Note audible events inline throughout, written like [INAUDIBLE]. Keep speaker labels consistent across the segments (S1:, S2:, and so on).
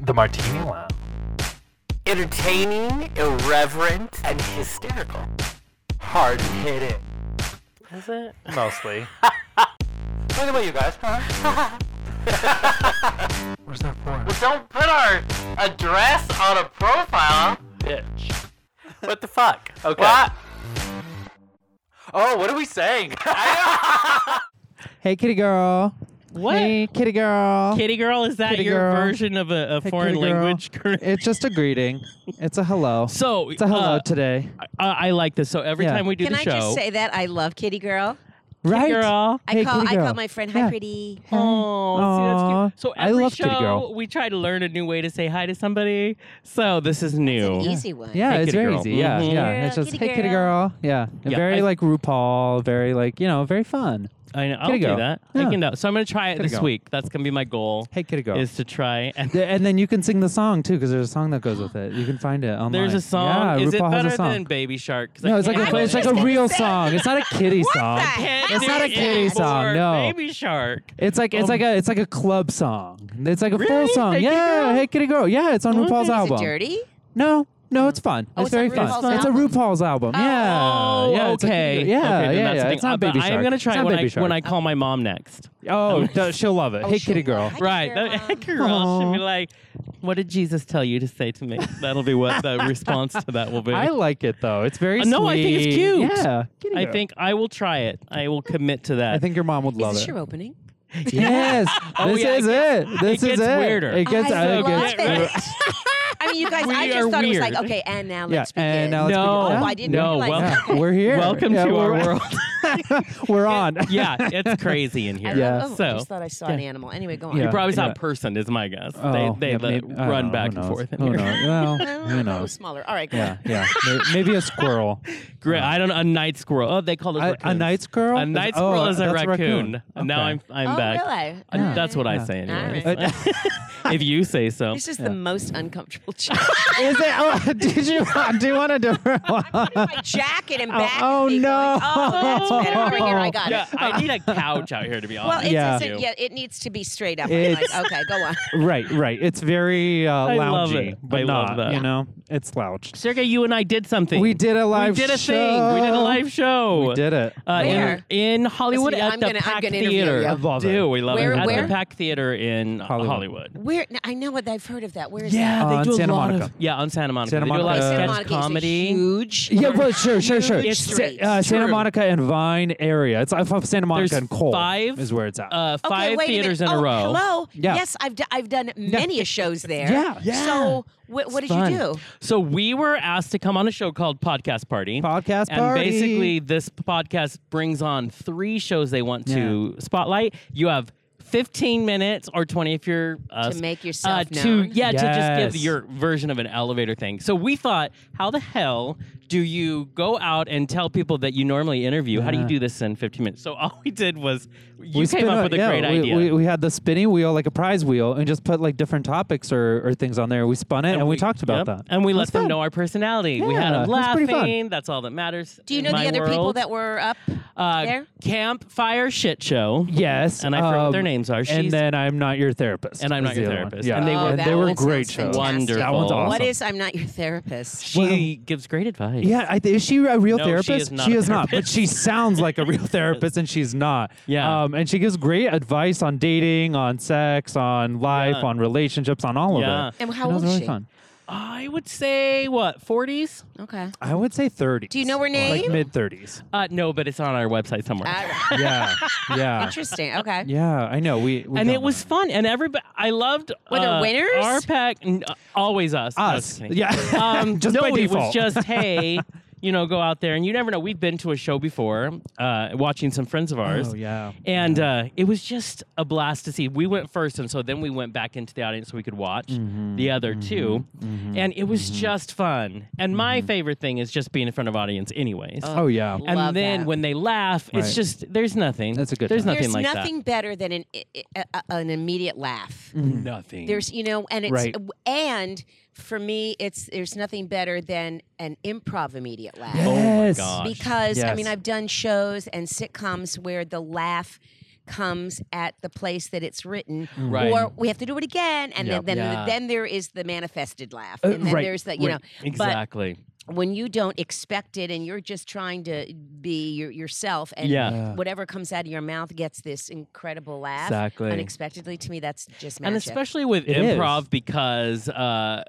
S1: The Martini Lounge.
S2: Entertaining, irreverent, and hysterical. Hard hitting.
S3: Is it?
S2: [LAUGHS]
S1: Mostly.
S2: What about you guys? Huh? [LAUGHS]
S1: Where's that for?
S2: well, don't put our address on a profile.
S3: Bitch. What the fuck? Okay.
S2: What?
S3: Oh, what are we
S2: [LAUGHS]
S3: saying?
S4: Hey, kitty girl.
S5: What?
S4: Hey, kitty girl.
S5: Kitty girl, is that
S4: Kitty
S5: your
S4: girl.
S5: version of a, a
S4: Hey,
S5: foreign
S4: kitty girl.
S5: language? current-
S4: It's just a greeting. It's a hello.
S5: [LAUGHS] so
S4: It's a hello
S5: uh,
S4: today.
S5: I, I like this. So every
S4: Yeah.
S5: time we do
S6: Can
S5: the
S6: I
S5: show,
S6: just say that I love Kitty Girl?
S4: Right?
S5: girl.
S4: Hey,
S6: I call
S4: kitty
S6: I
S4: girl.
S6: call my friend hi
S4: Yeah.
S6: pretty.
S5: Oh, see, that's
S4: Aw.
S5: cute. So
S4: I
S5: every
S4: love
S5: show,
S4: Kitty Girl.
S5: we try to learn a new way to say hi to somebody. So this is new.
S6: It's an easy one.
S4: Oh. Yeah,
S5: Hey,
S4: it's
S5: kitty
S4: very
S5: girl.
S4: easy. Yeah,
S5: Mhm.
S4: yeah.
S6: Girl,
S4: it's just,
S6: kitty
S4: hey, kitty
S6: girl.
S4: girl. Yeah. And
S5: Yeah,
S4: very
S5: I-
S4: like RuPaul, very like, you know, very fun.
S5: I know. I'll
S4: Kitty
S5: do
S4: girl.
S5: that.
S4: Yeah.
S5: I can do. So I'm gonna try it
S4: Kitty
S5: this
S4: girl.
S5: week. That's gonna be my goal.
S4: Hey, kitty girl.
S5: Is to try and
S4: Th- and then you can sing the song too, because there's a song that goes with it. You can find it online.
S5: [LAUGHS] there's a song.
S4: Yeah,
S5: is it
S4: Oh RuPaul
S5: better
S4: has a song.
S5: than Baby Shark? 'Cause I
S4: no, it's like
S5: can't
S4: a,
S5: do
S4: it's like
S5: it.
S4: a real song. It's not a kitty song.
S6: the
S4: It's not a
S5: Candy
S4: kitty
S5: is
S4: song.
S5: for
S4: No.
S5: Baby Shark.
S4: It's like it's like a it's like a club song. It's like a full
S5: Um, Really?
S4: song.
S5: Hey, Kitty
S4: yeah,
S5: Girl?
S4: hey kitty girl. Yeah, it's on RuPaul's
S6: Mm-hmm. Is
S4: album.
S6: it dirty?
S4: No, no, it's fun.
S6: Oh,
S4: it's,
S6: it's on
S4: very
S6: RuPaul's
S4: fun. It's a
S6: album?
S4: RuPaul's album. yeah,
S5: Oh,
S4: yeah, it's a
S5: okay.
S4: Kitty Girl- yeah,
S5: okay, then
S4: yeah,
S5: that's the
S4: yeah.
S5: thing.
S4: It's not
S5: Uh, but
S4: baby shark.
S5: I'm gonna try
S4: it's
S5: it
S4: not
S5: when
S4: baby
S5: I,
S4: shark.
S5: when I call my mom next.
S4: [LAUGHS] oh, d- she'll love it. hey,
S6: she'll
S4: kitty
S5: [LAUGHS]
S6: love
S4: girl.
S6: it.
S5: Right.
S6: Girl.
S5: That girl should be like, "What did Jesus tell you to say
S4: [LAUGHS]
S5: to me?" That'll be what the response to that will be.
S4: I like it though. It's very
S5: Uh, no, I think it's
S4: sweet.
S5: cute.
S4: Yeah, Kitty
S5: I
S4: Girl.
S5: think I will try it. I will commit to that.
S4: I think your mom would love
S6: Is
S4: it. [LAUGHS]
S6: this your opening?
S4: Yes,
S5: [LAUGHS] Oh,
S4: this
S5: yeah, it
S4: is it.
S5: gets-
S4: This
S5: it
S4: is
S5: gets
S4: it.
S5: weirder.
S4: It gets.
S6: I
S4: it
S6: love
S4: gets
S5: [LAUGHS]
S6: it.
S4: weirder.
S6: I mean, you
S4: [LAUGHS]
S6: guys, I
S5: We
S6: just
S5: are
S6: thought it was
S5: weird.
S6: like, okay, and now
S4: Yeah,
S6: let's begin.
S4: and now let's
S5: No,
S4: begin.
S6: Oh, I didn't
S5: no,
S6: realize
S5: well-
S6: that.
S4: We're here.
S5: Welcome
S4: Yeah,
S5: to
S4: we're-
S5: our world.
S4: [LAUGHS] We're on.
S5: [LAUGHS] yeah, it's crazy in
S6: I
S5: here.
S6: love-
S4: Yeah.
S6: oh, I
S5: So
S6: just thought I saw an animal. Anyway, go on.
S4: Yeah.
S6: [LAUGHS]
S5: you probably saw
S4: Yeah.
S5: a person, is my guess.
S4: Oh,
S5: they they
S4: yeah,
S5: let-
S4: maybe- I don't
S5: run
S4: know,
S5: back
S4: who
S5: and
S4: knows?
S5: forth in
S4: Who
S5: here.
S4: knows? Well,
S5: [LAUGHS]
S6: No,
S4: who
S6: no,
S4: knows?
S6: smaller. All right, go
S4: Yeah,
S6: on.
S4: yeah. May- Maybe a squirrel.
S5: Great. I don't know. A night squirrel. Oh, they call it
S4: A, a night squirrel.
S5: A night
S4: Oh,
S5: squirrel is a
S4: that's
S5: raccoon. And Now
S4: Okay.
S5: I'm I'm
S6: oh,
S5: back.
S6: really?
S5: Uh,
S4: Yeah.
S6: [LAUGHS]
S5: That's what I
S4: Yeah.
S5: say anyway.
S6: All
S4: right.
S5: [LAUGHS] if you say so.
S6: This is
S4: Yeah.
S6: the most uncomfortable [LAUGHS] chair.
S4: [LAUGHS] Is it? Oh, [LAUGHS] did you do you want a different one?
S6: My jacket and back.
S4: Oh,
S6: and me
S4: no.
S6: going, oh, that's better. Over here,
S4: [LAUGHS]
S6: I got
S5: Yeah,
S6: it.
S5: I need a couch out here to be honest.
S6: Well, it
S4: Yeah.
S6: doesn't. Yeah, it needs to be straight up. I'm
S4: It's-
S6: like, okay, go on.
S4: [LAUGHS] right, right. It's very uh,
S5: I love
S4: loungy,
S5: it.
S4: but
S5: I
S4: not.
S5: love that.
S4: You know, it's lounged.
S5: Sergey, you and I did something.
S4: We did a live.
S5: We did a
S4: show.
S5: thing. We did a live show.
S4: We did it.
S5: Uh, in,
S6: Where?
S5: in Hollywood
S6: Listen,
S5: at
S6: I'm
S5: the
S6: gonna- I'm
S5: Pack
S6: gonna interview
S5: Theater.
S6: you. I
S4: love it.
S5: Do we love
S6: Where-
S5: it at
S6: where?
S5: the Pack Theater in
S4: Hollywood.
S5: Hollywood?
S6: Where I know what I've heard of that. Where is
S5: Yeah,
S4: Uh,
S5: they
S4: on
S5: do a
S4: Santa
S5: lot
S4: Monica.
S5: Of, yeah, on Santa Monica.
S4: Santa
S5: they do a lot
S6: that?
S4: Monica.
S5: of
S4: Uh,
S5: sketch
S6: Santa Monica
S5: comedy.
S6: is a huge.
S4: Yeah, well, sure, sure, sure.
S6: Huge
S4: It's
S6: streets.
S4: uh, Santa
S5: True.
S4: Monica and Vine area. It's off of Santa Monica
S5: There's
S4: and Cole.
S5: five
S4: is where it's at.
S5: uh,
S6: Okay,
S5: five
S6: wait a minute.
S5: theaters in
S6: Oh,
S5: a row.
S6: Hello.
S4: Yeah.
S6: Yes, I've d- I've done many a shows there.
S4: Yeah. Yeah.
S6: So what, what did
S4: fun.
S6: you do?
S5: So we were asked to come on a show called Podcast Party.
S4: Podcast
S5: and
S4: party.
S5: basically, this podcast brings on three shows they want to spotlight. You have 15 minutes or 20 if you're us,
S6: To make yourself
S5: uh, to
S6: known?
S5: yeah to just
S4: Yes.
S5: give your version of an elevator thing. So we thought, how the hell do you go out and tell people that you normally interview? How do you do this in 15 minutes? So all we did was you
S4: we
S5: came
S4: spin
S5: up
S4: a-
S5: with a
S4: yeah,
S5: great
S4: we,
S5: idea.
S4: We, we had the spinning wheel, like a prize wheel, and just put like different topics or, or things on there. We spun it and, we, talked about
S5: yep.
S4: that.
S5: And we
S4: It
S5: let
S4: was
S5: them
S4: fun.
S5: know our personality. we had
S4: Yeah,
S5: them
S4: it was pretty
S5: laughing.
S4: fun.
S5: That's all that matters.
S6: Do you
S5: in
S6: know
S5: my
S6: the other people
S5: world.
S6: that were up
S5: uh,
S6: there?
S5: Campfire Shit Show.
S4: Yes,
S5: And I forgot what their
S4: um,
S5: names are. She's-
S4: and then I'm not your therapist.
S5: And I'm
S4: is
S5: not
S4: the
S5: your
S4: other one.
S5: therapist.
S4: Yeah,
S5: And they
S6: Oh,
S5: were-
S4: and
S6: that
S4: they were
S6: one
S4: great shows.
S6: sounds fantastic.
S5: Wonderful.
S4: That one's awesome.
S6: What is I'm not your therapist?
S5: She gives great advice.
S4: Yeah, I, is she a real
S5: No, she
S4: therapist?
S5: is not a
S4: but
S5: therapist.
S4: she sounds like a
S5: [LAUGHS]
S4: real therapist, and she's not.
S5: Yeah.
S4: um, and she gives great advice on dating, on sex, on life,
S5: Yeah.
S4: on relationships, on all
S5: Yeah.
S4: of it.
S6: And how
S4: it was
S6: old is
S4: really
S6: she?
S4: Fun.
S5: I would say what 40s? [LAUGHS]
S6: Okay.
S4: I would say 30s.
S6: Do you know her
S4: Like
S6: name?
S4: mid 30s.
S5: Uh, no, but it's on our website somewhere.
S6: All right. [LAUGHS]
S4: Yeah, yeah,
S6: Interesting. Okay.
S4: yeah. I know. We, we
S5: and
S4: don't
S5: it was
S4: know.
S5: fun, and everybody. I loved.
S6: Were there
S5: uh,
S6: winners?
S5: Our pack, n- uh, always us. No,
S4: us.
S5: just kidding.
S4: yeah, [LAUGHS]
S5: Um,
S4: just
S5: no,
S4: by
S5: it
S4: default.
S5: was
S4: [LAUGHS]
S5: just hey, you know, go out there, and you never know. We've been to a show before, uh, watching some friends of ours.
S4: Oh yeah.
S5: And uh, it was just a blast to see. We went first, and so then we went back into the audience so we could watch
S4: Mm-hmm.
S5: the other 2 And it was just fun. And my
S4: Mm-hmm.
S5: favorite thing is just being in front of audience, anyways.
S4: Oh yeah.
S6: Love
S5: and then
S6: that.
S5: when they laugh,
S4: Right.
S5: it's just, there's nothing.
S4: That's a good
S5: There's
S4: time.
S5: nothing
S6: There's
S5: like
S6: nothing better than an i- i- a- an immediate laugh.
S5: that. Nothing.
S6: There's you know, and it's
S4: Right.
S6: and for me, it's there's nothing better than an improv immediate laugh.
S5: Oh my
S4: Yes.
S5: gosh.
S6: because I mean
S4: Yes.
S6: I've done shows and sitcoms where the laugh comes at the place that it's written,
S5: Right.
S6: or we have to do it again, and
S5: Yep.
S6: then then,
S5: Yeah.
S6: then there is the manifested laugh,
S5: Uh,
S6: and then
S5: right,
S6: there's the you
S5: right, exactly.
S6: know when you don't expect it, and you're just trying to be your, yourself, and
S5: Yeah.
S4: Yeah.
S6: whatever comes out of your mouth gets this incredible laugh
S5: Exactly.
S6: unexpectedly. To me, that's just magic.
S5: And especially with
S4: It
S5: improv
S4: is.
S5: because uh,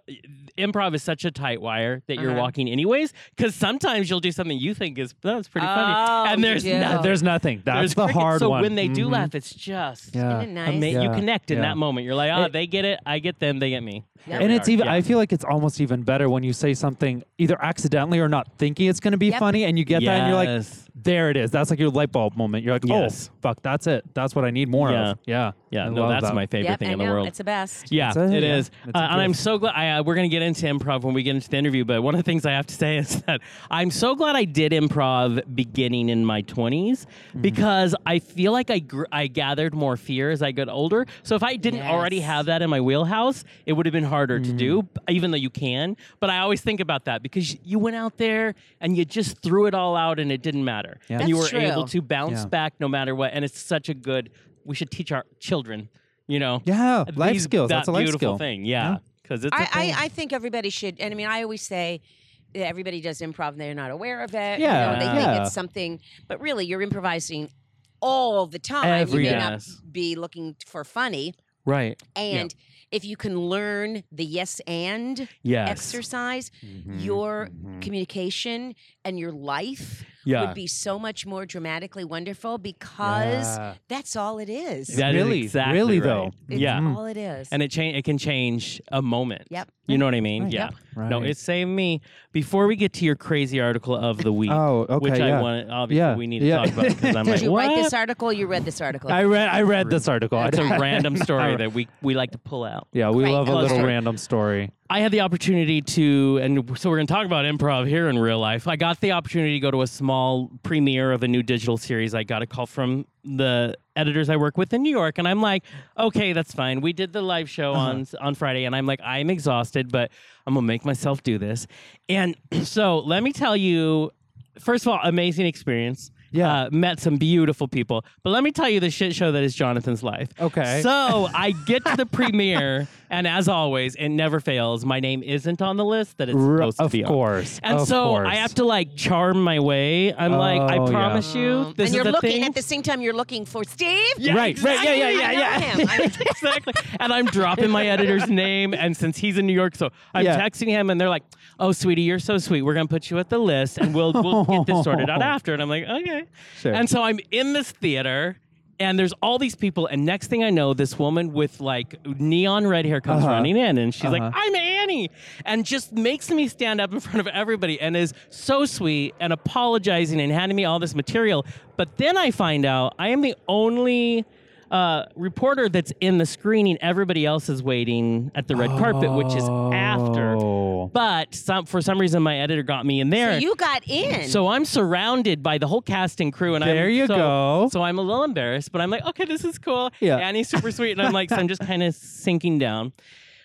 S5: improv is such a tight wire that you're
S6: Uh-huh.
S5: walking anyways. Because sometimes you'll do something you think is that was pretty
S6: Oh,
S5: funny, and
S6: you
S5: there's
S6: do.
S5: no-
S4: There's nothing. That's
S5: there's
S4: the
S5: crickets.
S4: hard
S5: so
S4: one.
S5: when they do
S4: Mhm.
S5: laugh, it's just
S4: yeah.
S6: Isn't it
S5: ama-
S6: nice?
S5: you
S4: Yeah.
S5: connect in
S4: Yeah.
S5: that moment. You're like, oh,
S4: It-
S5: they get it, I get them, they get me.
S6: Yeah.
S5: Here
S4: and
S5: we
S4: it's
S5: are.
S4: even
S5: Yeah.
S4: i feel like it's almost even better when you say something either accidentally or not thinking it's going to be
S6: Yep.
S4: funny and you get that and you're like
S5: Yes.
S4: there it is that's like your light bulb moment you're like
S5: Yes.
S4: oh fuck that's it that's what i need more
S5: Yeah.
S4: of yeah
S5: yeah,
S4: I
S5: no,
S4: love
S5: that's
S4: that.
S5: my favorite
S6: Yep,
S5: thing
S6: I
S5: in the
S6: know,
S5: world.
S6: It's the best.
S5: Yeah,
S4: That's it,
S5: it
S4: yeah.
S5: is.
S4: That's
S5: Uh,
S4: a
S5: and I'm
S4: gift.
S5: so glad. I, uh, we're going to get into improv when we get into the interview. But one of the things I have to say [LAUGHS] is that I'm so glad I did improv beginning in my 20s
S4: Mm-hmm.
S5: because I feel like I gr- I gathered more fear as I got older. So if I didn't already
S6: Yes.
S5: have that in my wheelhouse, it would have been harder to do.
S4: Mm-hmm.
S5: b- Even though you can, but I always think about that because y- you went out there and you just threw it all out and it didn't matter,
S4: Yeah.
S5: and you were
S6: That's
S5: able
S6: true.
S5: to bounce
S4: Yeah.
S5: back no matter what. And it's such a good. We should teach our children. You know,
S4: yeah life
S5: these-
S4: skills
S5: That
S4: that's a life
S5: beautiful
S4: skill
S5: thing. Yeah,
S4: Yeah.
S5: because it's. a
S6: I,
S5: thing.
S6: I, I think everybody should, and I mean, I always say that everybody does improv and they're not aware of it.
S4: Yeah,
S6: You know, they
S4: yeah.
S6: think it's something, but really you're improvising all the time.
S5: Every
S6: you may
S5: day.
S6: not
S5: Yes.
S6: be looking for funny.
S5: right.
S6: And if you can learn the yes and
S5: Yes. Mm-hmm,
S6: exercise, your communication and your life
S5: Yeah.
S6: would be so much more dramatically wonderful because
S4: Yeah.
S6: that's all it is.
S5: That is
S4: Really,
S5: exactly
S4: really
S5: right.
S4: though. Mm-hmm.
S6: It's
S5: yeah.
S6: all it is.
S5: And it cha- it can change a moment.
S6: Yep.
S5: You know what I mean?
S4: Right.
S5: Yeah.
S4: Yep.
S5: No,
S4: Right.
S5: it saved me. Before we get to your crazy article of the week,
S4: oh okay
S5: which
S4: yeah.
S5: I want, obviously,
S4: Yeah.
S5: we need to
S4: Yeah.
S5: talk about
S6: [LAUGHS]
S5: because I'm
S6: Did
S5: like,
S6: you
S5: what?
S6: write this article? You read this article.
S4: I read i read this article I [LAUGHS]
S5: it's
S4: don't-
S5: a random story
S4: Alright.
S5: that we, we like to pull out.
S4: yeah we
S6: Great.
S4: love a
S6: Love
S4: little
S6: story.
S4: random story
S5: I had the opportunity to, and so we're going to talk about improv here in real life. I got the opportunity to go to a small premiere of a new digital series. I got a call from the editors I work with in New York, and I'm like, okay, that's fine. We did the live show on on Friday, and I'm like, I'm exhausted, but I'm gonna make myself do this. And [CLEARS THROAT] so let me tell you, first of all, amazing experience.
S4: Yeah.
S5: uh, met some beautiful people, but let me tell you the shit show that is Jonathan's life.
S4: Okay.
S5: So I get to the premiere, [LAUGHS] and as always, it never fails. My name isn't on the list that it's
S4: R-
S5: supposed to
S4: of
S5: be on.
S4: course
S5: And
S4: of
S5: so
S4: course.
S5: I have to like charm my way. I'm like, I
S4: Oh, yeah.
S5: promise you, this
S6: and you're
S5: is the
S6: looking
S5: thing.
S6: at the same time you're looking for Steve.
S5: Yeah,
S4: Right, right, yeah, yeah,
S6: I
S4: yeah,
S6: know
S4: yeah.
S5: [LAUGHS]
S6: him. I-
S5: exactly. And I'm dropping my
S6: [LAUGHS]
S5: editor's name. And since he's in New York, so I'm
S4: Yeah.
S5: texting him, and they're like, "Oh, sweetie, you're so sweet. We're gonna put you at the list, and we'll we'll get this sorted out after." And I'm like, "Okay."
S4: Sure.
S5: And so I'm in this theater. And there's all these people, and next thing I know, this woman with like neon red hair comes
S4: Uh-huh.
S5: running in, and she's like,
S4: Uh-huh.
S5: "I'm Annie," and just makes me stand up in [LAUGHS] front of everybody, and is so sweet and apologizing and handing me all this material. But then I find out I am the only uh, reporter that's in the screening. Everybody else is waiting at the red carpet, which is after.
S4: Oh.
S5: But some, for some reason, my editor got me in there.
S6: so you got in.
S5: So I'm surrounded by the whole cast and crew, and
S4: There
S5: I'm,
S4: you
S5: so,
S4: go.
S5: So I'm a little embarrassed, but I'm like, okay, this is cool.
S4: Yeah.
S5: Annie's super sweet, and I'm like, so I'm just kind of sinking down.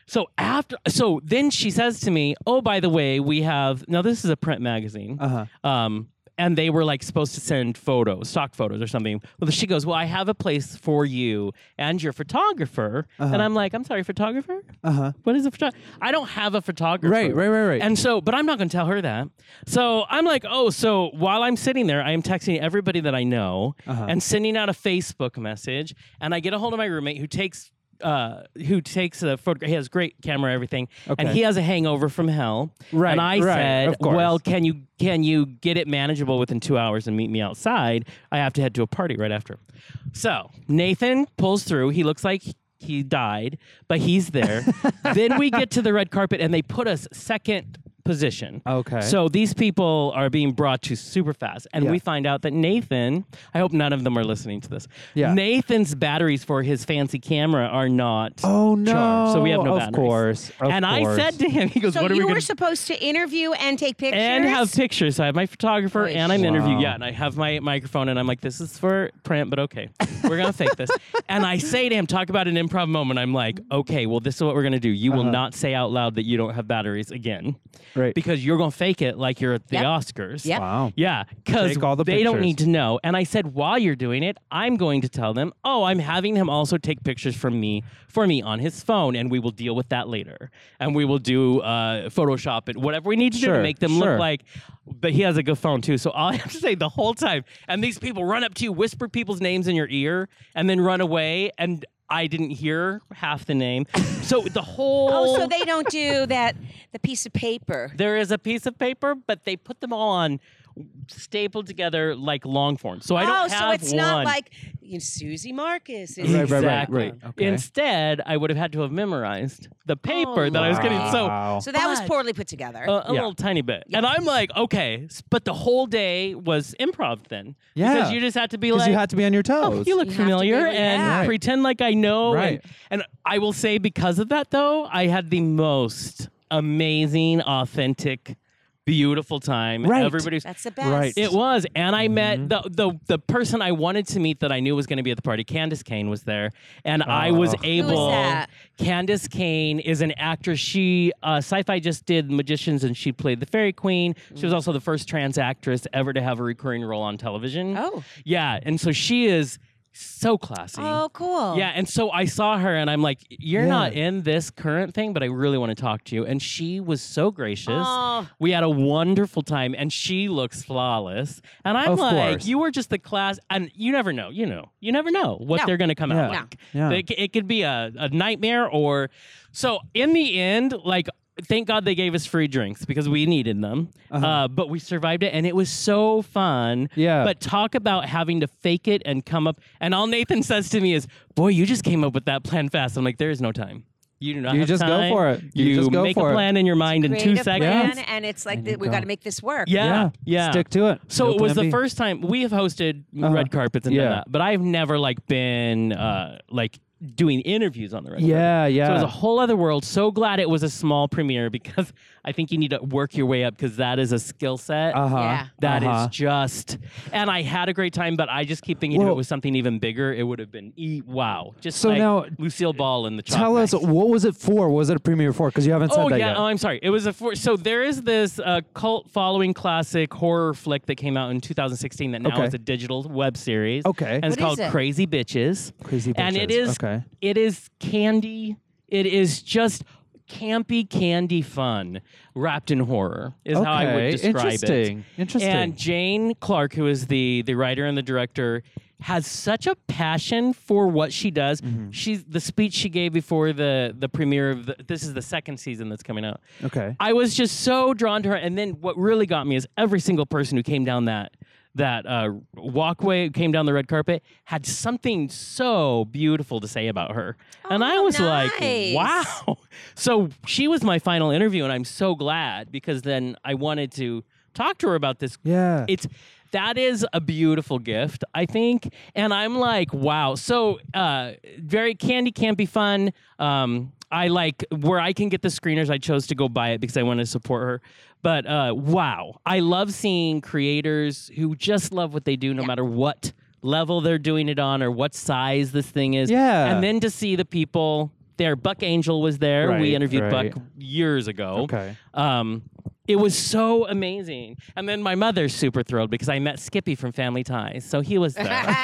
S5: So after, so then she says to me, "Oh, by the way, we have now. This is a print magazine,
S4: Uh-huh.
S5: um, and they were like supposed to send photos, stock photos or something." Well, she goes, "Well, I have a place for you and your photographer," and I'm like, "I'm sorry, photographer?
S4: uh-huh
S5: What is a photographer? I don't have a photographer."
S4: right right right right
S5: And so, but I'm not going to tell her that. So I'm like, oh, so while I'm sitting there, I am texting everybody that I know
S4: Uh-huh.
S5: and sending out a Facebook message. And I get a hold of my roommate who takes. Uh, who takes a photograph? He has great camera, everything, and
S4: Okay.
S5: he has a hangover from hell.
S4: Right,
S5: And I
S4: right,
S5: said,
S4: of course.
S5: "Well, can you can you get it manageable within two hours and meet me outside? I have to head to a party right after." So Nathan pulls through. He looks like he died, but he's
S4: [LAUGHS]
S5: there. then we get to the red carpet, and they put us second position.
S4: Okay.
S5: So these people are being brought to super fast, and
S4: Yeah.
S5: we find out that Nathan. I hope none of them are listening to this.
S4: Yeah.
S5: Nathan's batteries for his fancy camera are not.
S4: oh no
S5: charged, so we have no
S4: of
S5: batteries.
S4: course of
S5: and I
S4: course.
S5: said to him, he goes,
S6: So
S5: "What are we
S6: you
S5: going
S6: were supposed to interview and take pictures.
S5: and have pictures. So I have my photographer
S6: Oy.
S5: and I'm interview.
S4: Wow.
S5: Yeah, and I have my microphone and I'm like, this is for print, but okay, we're gonna fake this. And I say to him, talk about an improv moment. I'm like, okay, well, this is what we're gonna do. You will not say out loud that you don't have batteries again.
S4: Right.
S5: because you're gonna fake it like you're at the
S6: Yep.
S5: Oscars.
S6: Yep.
S4: Wow.
S5: Yeah, because
S4: Take all the
S5: they don't
S4: pictures.
S5: need to know. And I said, while you're doing it, I'm going to tell them, oh, I'm having him also take pictures from me for me on his phone, and we will deal with that later. And we will do uh, Photoshop it, whatever we need to do
S4: Sure,
S5: to make them
S4: sure.
S5: look like. But he has a good phone too, so all [LAUGHS] I have to say the whole time. And these people run up to you, whisper people's names in your ear, and then run away. And I didn't hear half the name, so the whole.
S6: Oh, so they don't do that. The piece of paper.
S5: There is a piece of paper, but they put them all on stapled together like long form. So I don't
S6: oh,
S5: have
S6: so it's
S5: one.
S6: not like you know, Susie Marcus. Is
S4: Right, right, right,
S5: exactly.
S4: right. Okay.
S5: Instead, I would have had to have memorized the paper
S6: Oh,
S5: that I was getting. So
S4: Wow.
S6: So that was
S5: But- uh,
S6: poorly put together.
S5: a, a
S4: Yeah.
S5: little tiny bit, and I'm like, okay, s- but the whole day was improv then.
S4: Yeah.
S5: because you just had to be
S4: Because
S5: like,
S4: you had to be on your
S5: Oh,
S4: toes.
S5: you look
S6: You have to be
S5: familiar
S6: like
S5: and
S6: that.
S4: Right.
S5: pretend like I know.
S4: Right.
S5: And, and I will say, because of that, though, I had the most amazing, authentic, beautiful time.
S4: Right.
S5: Everybody's.
S6: That's the best.
S4: Right.
S5: It was, and I met the, the the person I wanted to meet that I knew was going to be at the party. Candace Kane was there, and I was
S4: Oh.
S5: able.
S6: that?
S5: Candace Kane is an actress. She uh, sci-fi just did Magicians, and she played the Fairy Queen. She was also the first trans actress ever to have a recurring role on television.
S6: Oh.
S5: Yeah, and so she is so classy.
S6: Oh, cool.
S5: Yeah, and so I saw her and I'm like, you're
S4: Yeah.
S5: not in this current thing, but I really want to talk to you. And she was so gracious.
S6: Oh.
S5: We had a wonderful time and she looks flawless. And I'm
S4: Of
S5: like,
S4: course.
S5: you were just the class and you never know, you know. You never know what
S6: No.
S5: they're going to come out
S4: Yeah.
S5: like.
S4: No. Yeah.
S5: It, c- it could be a, a nightmare or so in the end, like Thank God they gave us free drinks because we needed them.
S4: Uh-huh.
S5: Uh, but we survived it and it was so fun.
S4: Yeah.
S5: But talk about having to fake it and come up. And all Nathan says to me is, "Boy, you just came up with that plan fast." I'm like, "There is no time. You do not.
S4: You
S5: have
S4: just go
S5: time.
S4: for it. You just go
S5: make
S4: for
S5: a
S4: it.
S5: plan in your mind in
S6: Create
S5: two
S6: a plan,
S5: seconds.
S6: and it's like
S4: And you
S6: that we
S4: go.
S6: got to make this work. [LAUGHS]
S5: Yeah, yeah.
S4: Stick to it.
S5: So
S4: No
S5: it was
S4: plan
S5: the
S4: B.
S5: first time we have hosted
S4: Uh-huh.
S5: red carpets and
S4: Yeah.
S5: done that, but I've never like been uh, like doing interviews on the red carpet.
S4: Yeah. Yeah.
S5: So it was a whole other world. So glad it was a small premiere because I think you need to work your way up because that is a skill set.
S4: Uh-huh.
S6: Yeah.
S5: That is
S4: Uh-huh.
S5: just, and I had a great time, but I just keep thinking if
S4: Well-
S5: it was something even bigger, it would have been e- wow. Just
S4: So
S5: like
S4: now,
S5: Lucille Ball in the Chalk
S4: Tell us
S5: Nights.
S4: what was it for? What was it a premiere for? Because you haven't said
S5: Oh
S4: that
S5: yeah,
S4: yet.
S5: oh, I'm sorry. It was a four, so there is this uh, cult following classic horror flick that came out in 2016 that now
S4: Okay.
S5: is a digital web series.
S4: Okay.
S5: and it's
S6: What is
S5: called
S6: it?
S5: Crazy Bitches.
S4: Crazy
S5: and it
S4: Bitches,
S5: is
S4: okay.
S5: it is candy. It is just campy candy fun wrapped in horror is how I would
S4: Okay,
S5: describe it.
S4: interesting, interesting.
S5: And Jane Clark, who is the the writer and the director, has such a passion for what she does. She's the speech she gave before the the premiere of the, this is the second season that's coming out.
S4: Okay.
S5: I was just so drawn to her. And then what really got me is every single person who came down that that uh, walkway, who came down the red carpet, had something so beautiful to say about her. and I
S6: Oh,
S5: was
S6: nice.
S5: like, wow. [LAUGHS] So she was my final interview, and I'm so glad because then I wanted to talk to her about this
S4: Yeah.
S5: it's that is a beautiful gift, I think. And I'm like, wow. So uh very candy can't be fun. Um I like where I can get the screeners. I chose to go buy it because I want to support her. But uh, wow, I love seeing creators who just love what they do, no matter what level they're doing it on or what size this thing is.
S4: Yeah.
S5: And then to see the people there, Buck Angel was there.
S4: Right,
S5: we interviewed
S4: right.
S5: Buck years ago.
S4: Okay.
S5: Um, it was so amazing. And then my mother's super thrilled because I met Skippy from Family Ties. So he was
S6: [LAUGHS]
S5: there.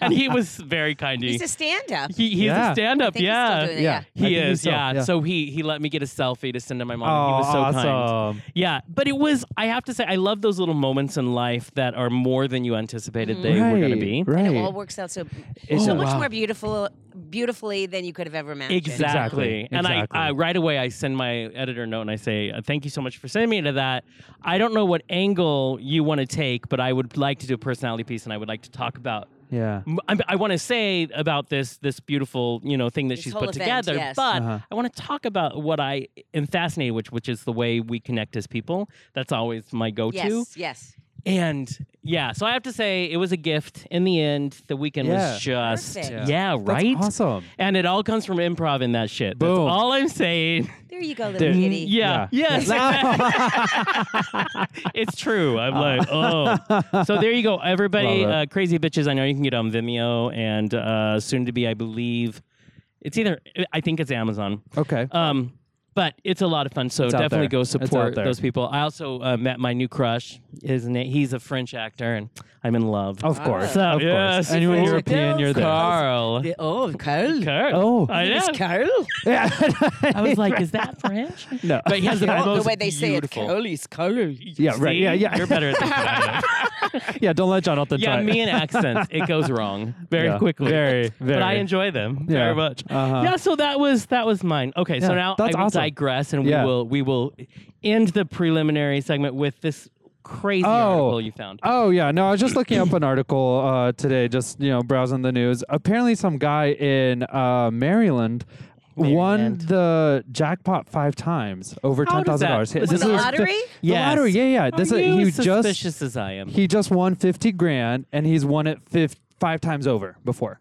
S5: and he was very kind to you.
S6: He's a stand-up.
S5: [LAUGHS] He, he's
S4: Yeah.
S5: a stand
S6: I
S5: up.
S6: think he's still
S5: Yeah.
S6: doing it,
S4: yeah. I
S5: He
S4: think
S5: is.
S4: so,
S5: Yeah. So he, he let me get a selfie to send to my
S4: oh,
S5: mom. and he was so kind.
S4: awesome.
S5: Yeah, but it was. I have to say, I love those little moments in life that are more than you anticipated they were going to be.
S4: Right.
S6: It all works out so
S4: It's-
S6: so
S4: Oh,
S6: much
S4: wow.
S6: more beautiful, beautifully than you could have ever imagined.
S5: Exactly.
S4: Exactly.
S5: And
S4: Exactly.
S5: I, I right away I send my editor a note and I say, uh, "Thank you so much for sending me to that. I don't know what angle you want to take, but I would like to do a personality piece and I would like to talk about
S4: Yeah.
S5: m- I, want to say about this this beautiful you know thing that
S6: This
S5: she's
S6: whole
S5: put
S6: event,
S5: together,
S6: yes.
S5: but
S4: Uh-huh.
S5: I want to talk about what I am fascinated with, which is the way we connect as people. That's always my go-to.
S6: Yes. Yes.
S5: And yeah, so I have to say it was a gift in the end. The weekend
S4: Yeah.
S5: was just
S6: Perfect.
S5: yeah, right.
S4: That's awesome.
S5: And it all comes from improv in that shit. That's
S4: Boom.
S5: all I'm saying. [LAUGHS]
S6: There you go, little
S4: Dude.
S6: kitty.
S5: Yeah. Yes. [LAUGHS] it's true. I'm like, oh. So there you go, everybody.
S4: Ah. Love it.
S5: Uh, Crazy bitches. I know you can get on Vimeo and uh, soon to be, I believe, it's either. I think it's Amazon.
S4: Okay.
S5: Um, But it's a lot of fun, so
S4: It's out
S5: definitely
S4: there.
S5: go
S4: It's out
S5: support
S4: there.
S5: those people. I also uh, met my new crush. His name, he's a French actor, and I'm in love.
S6: Oh.
S4: Of course.
S5: So,
S4: of course.
S5: yes,
S4: Oh, And you're
S5: it's
S4: European, you're
S5: [LAUGHS]
S4: there.
S5: Carl.
S6: Oh, Carl.
S5: Carl.
S4: Oh.
S5: I
S6: It's
S5: know.
S6: Carl.
S4: Yeah.
S5: I was like, is that French?
S4: [LAUGHS] no.
S5: But he has the,
S6: Oh, the
S5: most
S6: way they say it,
S5: beautiful-
S6: Carl is Carl.
S4: Yeah, right.
S5: See?
S4: Yeah, yeah.
S5: You're better at this. than I am.
S4: yeah, don't let Jonathan
S5: yeah,
S4: try. [LAUGHS]
S5: me and accents. It goes wrong very
S4: Yeah,
S5: quickly.
S4: very,
S5: But I
S4: very.
S5: enjoy them
S4: Yeah,
S5: very much.
S4: uh-huh.
S5: Yeah, so that was that was mine. Okay, so
S4: Yeah,
S5: now
S4: that's
S5: I will
S4: awesome.
S5: digress and
S4: Yeah.
S5: we will we will end the preliminary segment with this crazy
S4: Oh.
S5: article you found.
S4: Oh yeah, no, I was just looking up an article uh, today, just you know, browsing the news. Apparently, some guy in uh, Maryland, won
S5: Maryland.
S4: the jackpot five times over
S5: How
S4: ten
S5: does
S4: thousand
S5: that-
S4: dollars.
S5: Was
S6: it the lottery?
S5: Yes.
S4: The lottery, yeah, yeah.
S5: Are
S4: This
S5: you
S4: he
S5: as
S4: just
S5: suspicious as I am?
S4: he just won fifty grand, and he's won it fif- five times over before.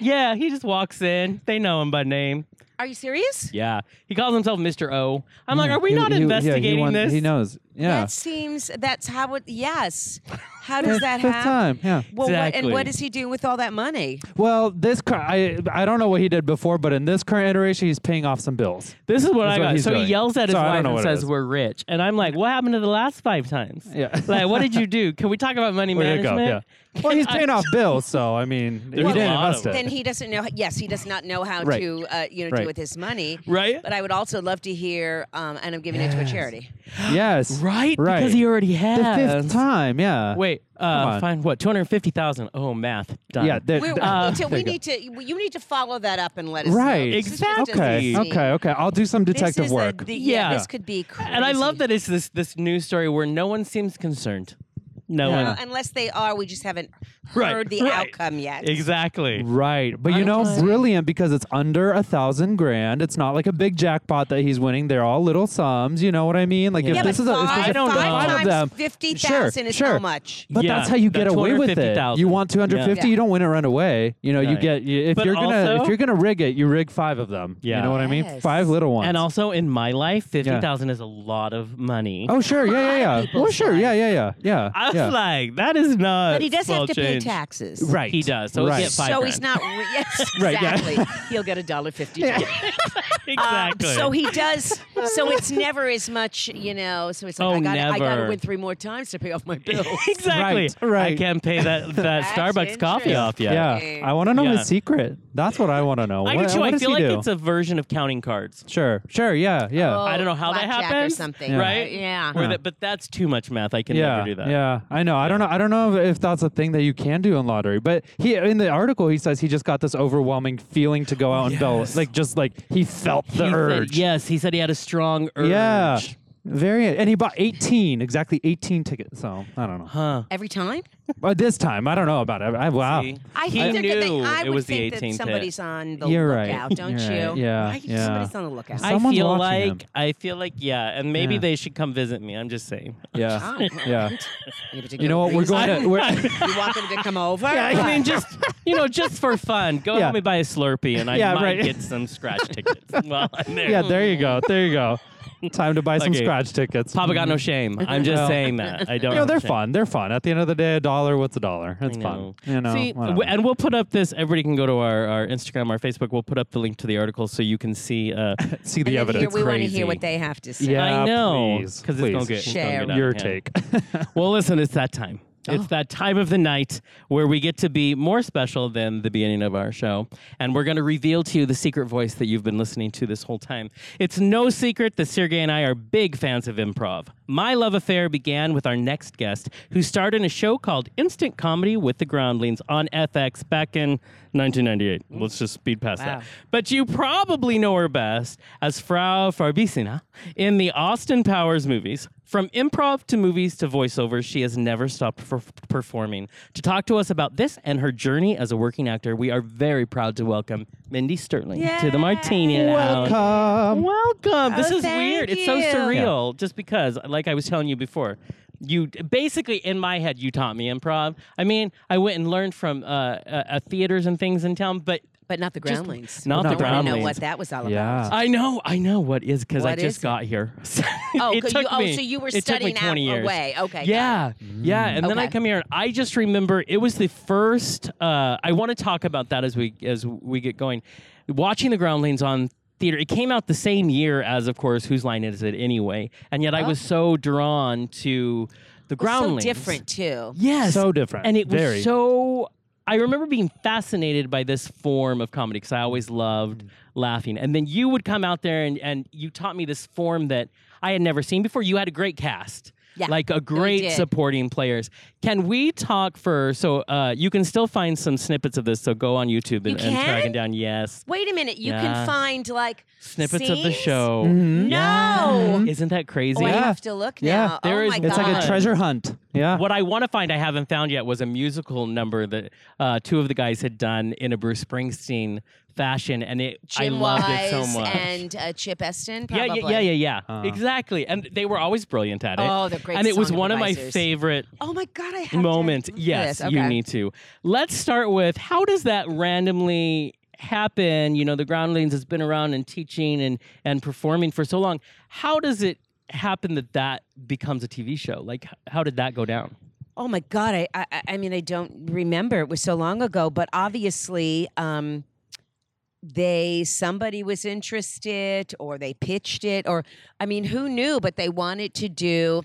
S5: yeah, he just walks in. They know him by name.
S6: Are you serious?
S5: Yeah, he calls himself Mr. O. I'm like, are we
S4: He-
S5: not
S4: he- yeah, he
S5: investigating
S4: won-
S5: this?
S4: He knows. Yeah,
S6: That seems that's how it. Yes. How does
S4: Fifth-
S6: that
S4: fifth
S6: happen?
S4: time. Yeah.
S6: Well, what, and
S5: Exactly.
S6: what does he do with all that money?
S4: Well, this cur- I I don't know what he did before, but in this current iteration, he's paying off some bills.
S5: This is what
S4: That's
S5: I
S4: what
S5: got.
S4: he's
S5: So
S4: doing.
S5: he yells at his
S4: So I don't
S5: wife
S4: know
S5: and
S4: what it
S5: says,
S4: is.
S5: "We're rich," and I'm like, "What happened to the last five times?
S4: Yeah.
S5: [LAUGHS] like, what did you do? Can we talk about money
S4: Way to go,
S5: management?
S4: yeah. Well, he's paying
S5: [LAUGHS]
S4: off bills, so I mean, he
S5: There's a
S4: didn't
S5: lot
S4: invest
S5: of
S4: it.
S6: Then he doesn't know. Yes, he does not know how
S4: Right.
S6: to, uh, you know,
S4: Right.
S6: do with his money.
S5: Right?
S6: But I would also love to hear, um, and I'm giving it to a
S4: Yes.
S6: charity.
S4: yes,
S5: Right?
S4: right.
S5: Because he already
S4: the
S5: has.
S4: fifth time. Yeah.
S5: Wait,
S4: on.
S5: uh, fine. What? Two hundred fifty thousand? Oh, math. Done.
S4: Yeah. there- [LAUGHS]
S6: We, we
S4: there-
S6: need to.
S4: there
S6: We
S4: you go.
S6: need to. You need to follow that up and let us
S4: Right.
S6: know. 'cause this just doesn't
S4: Okay.
S6: seem-
S4: Okay. Okay. I'll do some
S6: This
S4: detective
S6: is a-
S4: work.
S6: the- yeah,
S5: Yeah.
S6: This could be. Crazy.
S5: and I love that it's this this news story where no one seems concerned. No
S4: Yeah.
S6: Well,
S5: one.
S6: unless they are, we just haven't heard
S5: Right,
S6: the
S5: right.
S6: outcome yet.
S5: Exactly.
S4: Right, but you know, brilliant because it's under a thousand grand. It's not like a big jackpot that he's winning. They're all little sums. You know what I mean? Like
S5: Yeah,
S4: if
S6: Yeah,
S4: this
S6: but
S4: is a, if
S6: five,
S4: there's
S5: I don't
S4: a
S5: know.
S4: lot of
S6: times
S4: them,
S6: fifty
S4: Sure,
S6: thousand is
S4: sure.
S6: how much.
S4: But
S5: Yeah,
S4: that's how you
S5: that
S4: get away with it.
S5: 250,000.
S4: You want 250,
S6: Yeah.
S4: you don't win it right away. You know, you
S5: Right.
S4: get you, if
S5: But
S4: you're gonna
S5: also-
S4: if you're gonna rig it, you rig five of them.
S5: Yeah.
S4: you know what I mean?
S6: Yes.
S4: Five little ones.
S5: And also in my life, fifty thousand is a lot of money.
S4: oh sure, yeah, yeah, yeah.
S6: people's
S4: Well, sure, yeah, yeah, yeah, yeah.
S5: I was
S4: yeah.
S5: like, that is not.
S6: But he does
S5: small
S6: have to pay
S5: change.
S6: taxes.
S4: right,
S5: He does. So
S4: right.
S5: he gets five.
S6: So
S5: grand.
S6: he's not. Re- [LAUGHS] yes,
S4: Right, yeah.
S6: exactly. He'll get a dollar fifty. Um,
S5: exactly.
S6: so he does.
S4: [LAUGHS]
S6: So it's never as much, you know. So it's like
S5: Oh,
S6: I got I got to
S5: never.
S6: win three more times to pay off my
S4: [LAUGHS]
S6: bill.
S5: exactly.
S4: Right, right.
S5: I can't pay that, that
S6: That's
S5: Starbucks coffee
S6: interesting.
S5: off yet.
S4: yeah,
S6: Okay.
S4: I want to know
S5: Yeah.
S4: his secret. That's what I want to know.
S5: I
S4: what,
S5: do too.
S4: what
S5: I
S4: does
S5: feel
S4: he
S5: like
S4: do?
S5: it's a version of counting cards.
S4: sure, sure, yeah, yeah.
S6: Oh,
S5: I don't know how that
S6: blackjack
S5: happens,
S6: Or something,
S4: Yeah.
S5: right?
S6: Yeah.
S5: Where that- but that's too much math. I can
S4: yeah,
S5: never do that.
S4: yeah, I know. I don't know. I don't know if, if that's a thing that you can do in lottery. But he in the article he says he just got this overwhelming feeling to go out and bell,
S5: Oh, Yes.
S4: like just like he felt the
S5: He said-
S4: urge.
S5: yes, he said he had a strong urge.
S4: Yeah. Very, and he bought 18, exactly 18 tickets. So I don't know.
S5: Huh.
S6: Every time.
S4: But this time, I don't know about it. I, wow.
S5: See?
S6: I
S5: He
S6: think they're
S5: knew
S6: gonna, I
S5: it
S6: would
S5: was the
S6: think that
S5: 18th
S6: somebody's
S5: hit.
S6: on the
S4: You're right.
S6: lookout, don't
S4: You're
S6: you?
S4: right. Yeah,
S6: Right?
S4: yeah.
S6: Somebody's on the lookout.
S5: I
S4: Someone's
S5: feel
S4: watching
S5: like
S4: him.
S5: I feel like yeah, and maybe
S4: Yeah.
S5: they should come visit me. I'm just saying. [LAUGHS]
S4: Yeah.
S6: [LAUGHS]
S4: yeah.
S6: Any
S4: You know what? We're
S6: particular
S4: going to. We're,
S6: reason? You want them to come over?
S5: I
S4: [LAUGHS]
S5: mean, just you know, just for fun, go
S4: Yeah.
S5: help me buy a Slurpee, and I
S4: Yeah,
S5: might
S4: right.
S5: get some scratch
S4: [LAUGHS]
S5: tickets while I'm there.
S4: yeah, there you go. There you go. Time to buy some
S5: Okay.
S4: scratch tickets.
S5: Papa got no shame. I'm just
S4: No.
S5: saying that. I don't.
S4: You know,
S5: have
S4: they're
S5: shame.
S4: fun. They're fun. At the end of the day, a dollar, what's a dollar? It's
S5: I
S4: fun.
S5: know.
S4: You know,
S5: see,
S4: whatever.
S5: w- and we'll put up this. Everybody can go to our, our Instagram, our Facebook. We'll put up the link to the article so you can see. Uh,
S4: see the
S6: And then here
S4: evidence.
S6: we want to hear
S5: Crazy.
S6: what they have to
S4: [LAUGHS]
S6: say.
S4: Yeah,
S5: I know
S4: please,
S5: because it's gonna
S4: please.
S5: get it's gonna
S6: Share.
S5: get out of
S4: Your
S5: hand.
S4: take.
S5: Well, listen, it's that time. It's that time of the night where we get to be more special than the beginning of our show. And we're going to reveal to you the secret voice that you've been listening to this whole time. It's no secret that Sergey and I are big fans of improv. My love affair began with our next guest, who starred in a show called Instant Comedy with the Groundlings on FX back in 1998. Let's just speed past
S6: Wow.
S5: that. But you probably know her best as Frau Farbissina in the Austin Powers movies. From improv to movies to voiceovers, she has never stopped for performing. To talk to us about this and her journey as a working actor, we are very proud to welcome Mindy Sterling to the Martini
S4: [LAUGHS]
S5: Lounge.
S4: Welcome.
S5: Welcome. This
S6: Oh,
S5: is
S6: thank
S5: weird. It's so
S6: you.
S5: surreal just because, like I was telling you before, you basically in my head you taught me improv. I mean, I went and learned from uh, uh, uh, theaters and things in town, but
S6: But not the groundlings.
S5: not
S6: I
S5: the
S6: wanna know
S5: Groundlings.
S6: what that was all about.
S4: Yeah.
S5: I know, I know what is because I
S6: Uh, What
S5: just
S6: is it?
S5: got here. [LAUGHS]
S6: Oh,
S5: It
S6: 'cause
S5: took
S6: you, oh,
S5: me-
S6: so you were
S5: it took me
S6: studying out
S5: 20 years.
S6: away. Okay. got it. Mm.
S5: Yeah, yeah. And then I
S6: Okay.
S5: come here, and I just remember it was the first. Uh, I want to talk about that as we as we get going. Watching the Groundlings on theater. It came out the same year as, of course, Whose Line Is It Anyway? And yet I was so drawn to the
S6: Oh. so
S5: Groundlings.
S6: different too.
S5: Yes.
S4: So different.
S5: And it was
S4: Very.
S5: so. I remember being fascinated by this form of comedy because I always loved laughing. And then you would come out there and, and you taught me this form that I had never seen before. You had a great cast.
S6: Yeah,
S5: Like a great
S6: did.
S5: supporting players. Can we talk for so uh, you can still find some snippets of this, so go on YouTube and, and
S6: can?
S5: track it down. Yes.
S6: Wait a minute, you
S5: Yeah.
S6: can find like
S5: Snippets of the
S6: scenes?
S5: show.
S4: Mm-hmm.
S6: No.
S5: Isn't that crazy?
S6: Oh, I
S4: Yeah.
S6: have to look now.
S4: Yeah.
S5: There
S6: oh
S5: is-
S6: my
S4: It's
S6: god.
S4: like a treasure hunt. Yeah.
S5: [LAUGHS] What I want to find I haven't found yet was a musical number that uh, two of the guys had done in a Bruce Springsteen fashion, and it
S6: Jim
S5: I loved
S6: Wise
S5: it so much.
S6: and uh, Chip Eston.
S5: yeah,
S6: Probably.
S5: yeah, yeah, yeah, yeah. exactly. And they were always brilliant at it.
S6: Oh, they're great
S5: And it was
S6: song
S5: one of my
S6: improvisers.
S5: favorite
S6: Oh my god, I have
S5: moments.
S6: To look
S5: Yes,
S6: this.
S5: you
S6: Okay.
S5: need to. Let's start with how does that randomly happen? You know, the Groundlings has been around and teaching and and performing for so long. How does it happen that that becomes a TV show? Like, h- how did that go down?
S6: Oh my god, I, I I- I mean I don't remember. It was so long ago, but obviously um they somebody was interested or they pitched it or I mean who knew but they wanted to do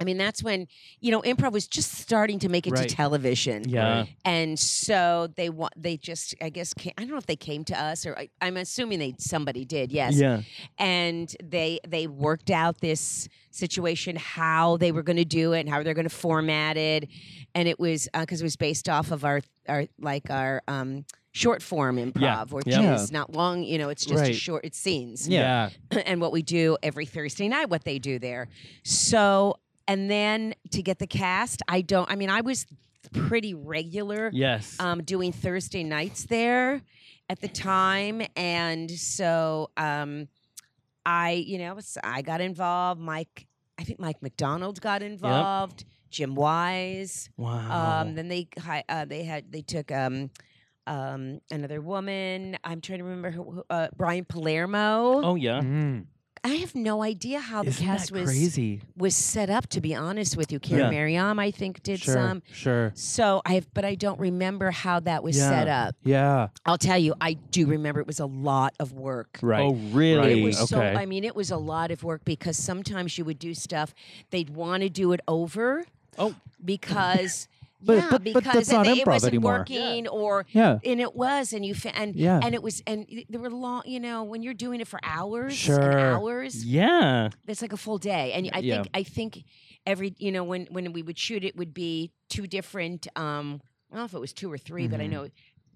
S6: I mean that's when you know improv was just starting to make it
S5: Right.
S6: to television.
S5: Yeah.
S6: And so they want they just I guess came, I don't know if they came to us or I, I'm assuming they somebody did. Yes
S5: Yeah.
S6: and they they worked out this situation how they were going to do it and how they're going to format it and it was because it was based off of our our like our um short form improv which
S5: Yeah.
S6: is not long you know it's just a
S5: Right.
S6: short it's scenes
S5: Yeah.
S6: [CLEARS THROAT] and what we do every thursday night what they do there so and then to get the cast i don't i mean i was pretty regular
S5: Yes.
S6: um, doing Thursday nights there at the time, and so um, I, you know, s- I got involved. Mike, I think Mike McDonald got involved. Jim Wise.
S5: wow.
S6: Um, then they hi- uh, they had they took um, um, another woman. I'm trying to remember who. who- Uh, Brian Palermo.
S5: oh yeah.
S4: Mm.
S6: I have no idea how the
S5: Isn't
S6: cast
S5: that
S6: was
S5: crazy?
S6: was set up. To be honest with you, Karen
S5: Yeah.
S6: Mariam, I think did
S4: Sure.
S6: some.
S4: Sure.
S6: So I, have but I don't remember how that was set up.
S4: Yeah.
S6: I'll tell you, I do remember it was a lot of work.
S4: Right.
S5: Oh
S6: It
S5: really?
S6: was so,
S4: okay.
S6: I mean, it was a lot of work because sometimes you would do stuff, they'd want to do it over.
S5: Oh.
S6: Because,
S4: [LAUGHS] But-
S6: yeah,
S4: but- but
S6: because
S4: that's
S6: and
S4: not
S6: they-
S4: improv
S6: it wasn't
S4: anymore.
S6: working or,
S4: Yeah.
S6: and it was, and you, fa- and,
S4: Yeah.
S6: and it was, and y- there were long, you know, when you're doing it for hours and
S4: Sure.
S6: hours,
S5: yeah.
S6: it's like a full day. And I
S5: Yeah.
S6: think, I think every, you know, when, when we would shoot, it would be two different, um, I don't know if it was two or 3 but I
S5: Mm-hmm.
S6: know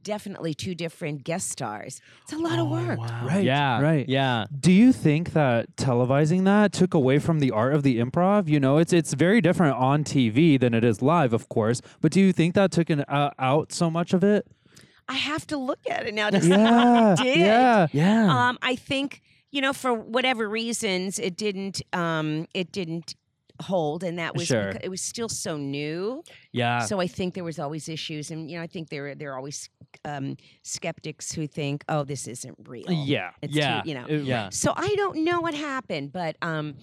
S6: definitely two different guest stars. It's a lot of
S5: Oh,
S6: work.
S4: Right,
S5: Yeah.
S4: right.
S5: Yeah.
S4: Do you think that televising that took away from the art of the improv? You know, it's it's very different on TV than it is live, of course. But do you think that took an, uh, out so much of
S5: [LAUGHS]
S4: it?
S6: I have to look at it now. To see.
S4: Yeah,
S6: Did.
S4: yeah,
S5: Yeah.
S6: Um, I think you know for whatever reasons it didn't um, it didn't hold, and that was
S5: Sure. Ah.
S6: becau- it was still so new.
S5: yeah.
S6: so I think there was always issues, and you know I think there there are always um, skeptics who think, oh, this isn't real.
S5: yeah.
S6: it's
S5: yeah.
S6: too- you know.
S5: Uh, Yeah.
S6: So I don't know what happened, but um,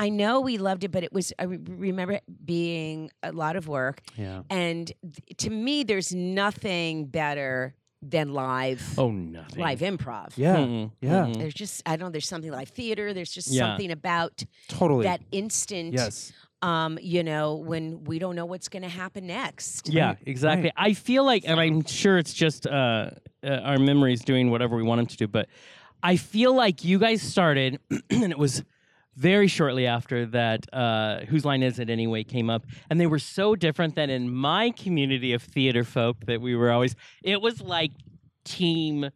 S6: I know we loved it, but it was I re- remember it being a lot of work,
S4: yeah.
S6: and th- to me, there's nothing better than live
S5: Oh nothing.
S6: live improv.
S4: Yeah,
S5: Mm-mm,
S4: yeah.
S5: mm-mm.
S6: There's just I don't know. There's something like theater. There's just
S5: Yeah.
S6: something about
S4: Totally.
S6: that instant.
S4: yes.
S6: Um. You know when we don't know what's going to happen next.
S5: Yeah, exactly. I feel like, and I'm sure it's just uh, uh, our memories doing whatever we want them to do, but I feel like you guys started, [CLEARS THROAT] and it was very shortly after that uh, Whose Line Is It Anyway came up, and they were so different than in my community of theater folk that we were always, it was like team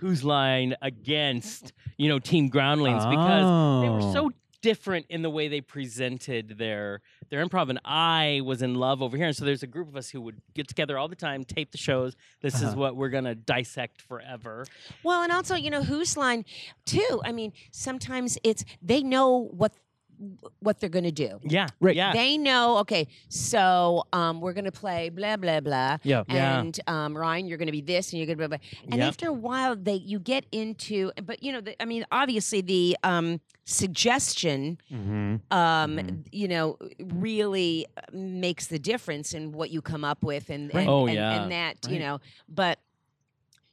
S5: Whose Line against, you know, team Groundlings because they were
S4: Oh.
S5: so different in the way they presented their their improv and I was in love over here and so there's a group of us who would get together all the time tape the shows this is
S4: Uh-huh.
S5: what we're going to dissect forever
S6: Well, and also you know whose line, too. I mean, sometimes it's they know what what they're going to do.
S5: yeah
S4: Right.
S5: yeah
S6: They know. Okay, so um, we're going to play blah blah blah.
S4: Yeah.
S5: Yeah.
S6: And um, Ryan, you're going to be this, and you're going to blah blah. And
S5: Yep.
S6: after a while, they you get into. But you know, the, I mean, obviously the um suggestion
S4: Mm-hmm.
S6: um,
S4: Mhm.
S6: you know, really uh, makes the difference in what you come up with and
S4: Right.
S6: and,
S5: Oh,
S6: and,
S5: yeah.
S6: and that, you
S4: Right.
S6: know, but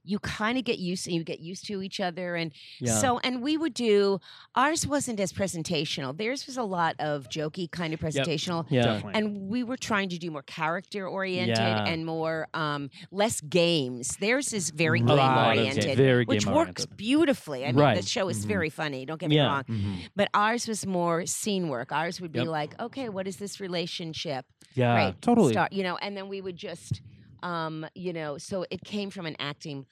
S6: you kind of get used you get used to each other and
S5: Yeah.
S6: so and we would do ours wasn't as presentational. Theirs was a lot of jokey kind of presentational.
S5: yeah.
S1: Definitely.
S6: And we were trying to do more character oriented
S5: Yeah.
S6: and more um, less games. Theirs is very game
S5: lot of
S6: oriented,
S5: games.
S4: Very
S6: which
S4: game
S6: works
S4: oriented.
S6: beautifully. I mean, the
S5: Right. Mm-hmm.
S6: show is
S4: Mhm.
S6: very funny. Don't get me
S5: Yeah. Mm-hmm.
S6: wrong,
S4: Mhm.
S6: but ours was more scene work. Ours would be
S5: Yep. Ah,
S6: like, okay, what is this relationship?
S5: Yeah.
S6: right,
S4: totally.
S6: Start, you know, and then we would just. Um, you know, so it came from an acting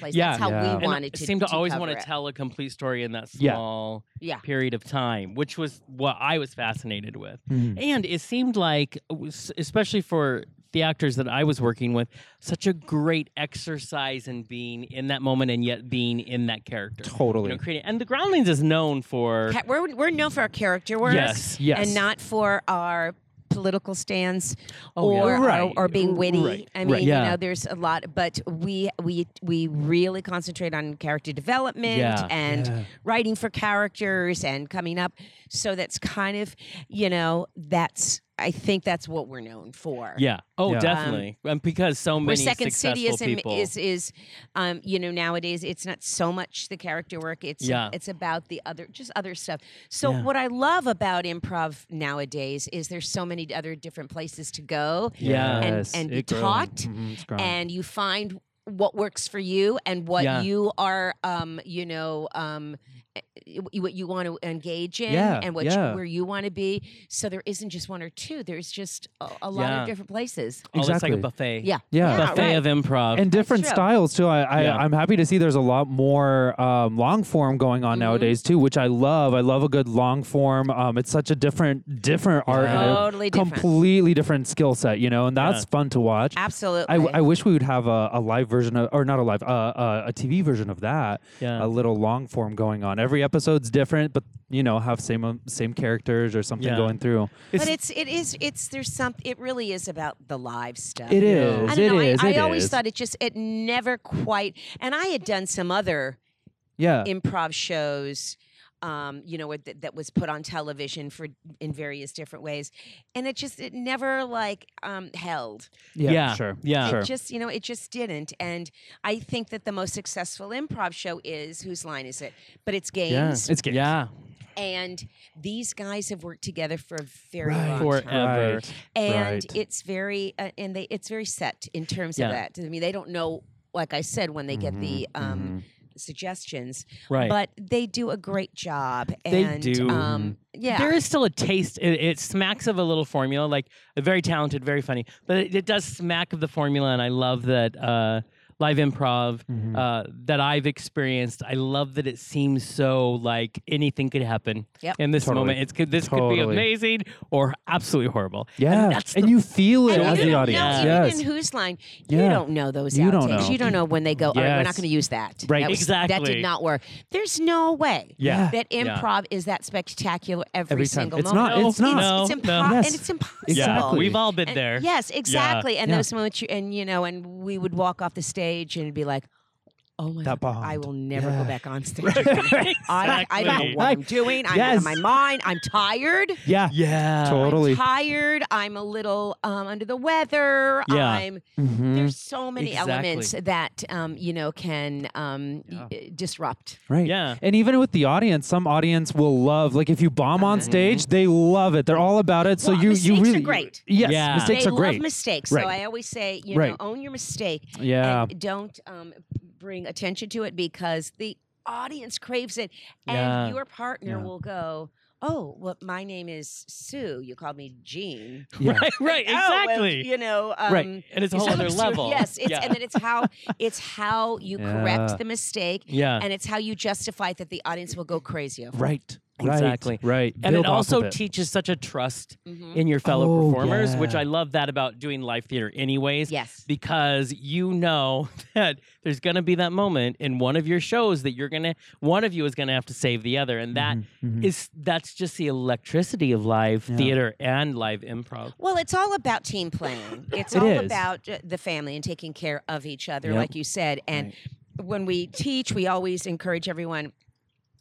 S6: place.
S5: Yeah.
S6: That's how
S4: Yeah.
S6: we
S5: And
S6: wanted
S5: I
S6: to
S5: seem to, always
S6: want
S5: want to tell a complete story in that
S4: Yeah.
S5: small
S6: Yeah.
S5: period of time, which was what I was fascinated with.
S4: Mhm.
S5: And it seemed like, it was- especially for the actors that I was working with, such a great exercise in being in that moment and yet being in that character. You
S4: Totally.
S5: know, creating, and the Groundlings is known for
S6: Ca- we're we're known for our character work
S5: yes,
S4: yes.
S6: and not for our political stands
S5: Oh, yeah.
S6: or, or-
S4: Right.
S6: or being witty.
S5: Right.
S6: I
S5: Right.
S6: mean, you
S5: Yeah.
S6: know, there's a lot, but we we we really concentrate on character development
S5: Yeah.
S6: and
S4: Yeah.
S6: writing for characters and coming up. So that's kind of you know that's I think that's what we're known for.
S5: yeah. Oh,
S4: Yeah. Um,
S5: definitely. and because so many
S6: Where Second
S5: successful
S6: City is, in,
S5: people.
S6: is is, um, you know, nowadays it's not so much the character work; it's
S5: Yeah.
S6: it's about the other, just other stuff. So
S5: Yeah.
S6: what I love about improv nowadays is there's so many other different places to go,
S5: Yeah.
S6: and-
S4: Yes,
S6: and be
S4: it growing.
S6: taught
S5: Mm-hmm,
S4: Mhm, it's growing.
S6: and you find what works for you and what
S5: Yeah.
S6: you are, um, you know, um, eh, what you want to engage in
S4: Yeah,
S6: and what
S4: yeah.
S6: you, where you want to be. So there isn't just one or two; there's just a, a lot
S5: Yeah.
S6: of different places.
S5: oh, it's like
S4: Exactly.
S5: a buffet.
S6: Yeah,
S4: Yeah.
S5: Buffet
S6: right.
S5: of improv.
S4: and different
S6: true.
S4: styles too. I, I
S5: Yeah.
S4: I'm happy to see there's a lot more um, long form going on
S6: Mhm.
S4: nowadays too, which I love. I love a good long form. Um, it's such a different different art, and a
S6: Totally different.
S4: completely different skill set, you know, and that's
S5: Yeah.
S4: fun to watch.
S6: Absolutely.
S4: I, I wish we would have a, a live version of, or not a live, uh, uh, a TV version of that.
S5: Yeah.
S4: A little long form going on. Every episode's different, but you know, have same um, same characters or something
S5: Yeah.
S4: going through.
S6: but it's it is it's there's some it really is about the live stuff.
S4: It
S5: Yeah.
S4: is.
S6: I
S4: it
S6: don't know.
S4: is,
S6: I,
S4: it
S6: I always
S4: is.
S6: thought it just it never quite. And I had done some other
S4: yeah.
S6: improv shows, um, you know, with- that was put on television for in various different ways, and it just it never like um, held.
S4: yeah,
S5: Yeah.
S4: sure,
S5: Yeah.
S6: It
S4: sure.
S6: just you know it just didn't. And I think that the most successful improv show is whose line is it? But it's games,
S4: It's games.
S5: Yeah.
S6: and these guys have worked together for a very long
S5: Forever.
S6: time. and
S4: Right.
S6: it's very uh, and they it's very set in terms of
S5: Yeah.
S6: that. I mean, they don't know, like I said, when they get the
S4: Mhm,
S6: um,
S4: mhm.
S6: suggestions,
S5: Right.
S6: but they do a great job.
S5: They
S6: And,
S5: do.
S6: Um, yeah,
S5: There is still a taste. It, it smacks of a little formula, like a very talented, very funny, but it, it does smack of the formula. And I love that uh, live improv
S4: Mhm.
S5: uh, that I've experienced. I love that it seems so like anything could happen
S6: Yep.
S5: in this
S4: Totally.
S5: moment. It's could, this could be
S4: Totally.
S5: amazing or absolutely horrible.
S4: Yeah,
S5: and,
S4: and,
S5: that's the-
S4: you feel it
S6: And
S4: as
S6: you
S4: the
S6: don't
S4: audience.
S6: Know,
S4: yes,
S6: Even in whose line, you
S4: Yeah.
S6: don't know those
S4: You
S6: outtakes.
S4: don't know.
S6: You don't know when they go. All right, we're
S4: Yes.
S6: not going to use that.
S4: Right.
S6: That was- That
S5: Exactly.
S6: did not work. There's no way.
S4: Yeah.
S6: That
S5: Yeah.
S6: improv is that spectacular every,
S4: Every time.
S6: single
S4: It's
S6: moment.
S4: not. It's
S5: No,
S4: not.
S5: no.
S6: It's impo-
S4: Yes.
S6: and it's impossible.
S5: yeah,
S4: Exactly.
S5: we've all been
S6: And-
S5: there.
S6: Yes, exactly. And
S4: Yeah.
S6: those moments, you, and you know, and we would walk off the stage and be like, "Oh my
S4: That
S6: god, I
S4: bombed.
S6: will never
S4: Yeah.
S6: go back
S4: [LAUGHS]
S6: on stage. again. I, I don't know what I'm doing. I'm out
S4: Yes.
S6: of my mind. I'm tired.
S4: Yeah.
S5: Yeah.
S4: Totally.
S6: I'm tired. I'm a little um, under the weather.
S5: Yeah.
S6: I'm.
S4: Mhm.
S6: There's so many
S5: Exactly.
S6: elements that um, you know can um, y- disrupt.
S4: Right.
S5: Yeah.
S4: And even with the audience, some audience will love. Like if you bomb on stage, they love it. They're all about it. So
S6: Well,
S4: you
S6: mistakes
S4: you
S6: are
S4: really
S6: great.
S4: Yes,
S5: Yeah.
S4: mistakes
S6: they
S4: are great.
S6: love mistakes,
S4: Right.
S6: so I always say, you
S4: Right.
S6: know, own your mistake.
S4: yeah.
S6: and don't um, bring attention to it because the audience craves it, and
S5: Yeah.
S6: your partner
S4: Yeah.
S6: will go, "Oh, well, my name is Sue. You called me Jean."
S4: [LAUGHS]
S6: [LAUGHS]
S4: yeah.
S5: Right. Right.
S6: Oh, well,
S5: Exactly.
S6: you know. Um,
S4: Right.
S5: and it's a
S6: it's
S5: whole
S6: so
S5: other
S6: absurd.
S5: level.
S6: Yes, it's,
S5: yeah.
S6: and then it's how it's how you
S4: Yeah.
S6: correct the mistake,
S5: yeah.
S6: and it's how you justify that the audience will go crazy over.
S4: Right. Right.
S5: Exactly.
S4: Right.
S5: and
S4: Build
S5: it
S4: off
S5: also
S4: of it.
S5: teaches such a trust
S6: hmm
S5: in your fellow
S4: Oh,
S5: performers, which
S4: yeah.
S5: I love that about doing live theater, anyways,
S6: Yes.
S5: because you know [LAUGHS] that there's going to be that moment in one of your shows that you're going to, one of you is going to have to save the other. And that is
S4: Mhm, mhm.
S5: that's just the electricity of live
S4: Yeah.
S5: theater and live improv.
S6: Well, it's all about team
S5: [LAUGHS]
S6: playing. It's
S4: It
S6: all
S4: is.
S6: about uh, the family and taking care of each other,
S4: Yep.
S6: like you said. And when we teach, we always encourage everyone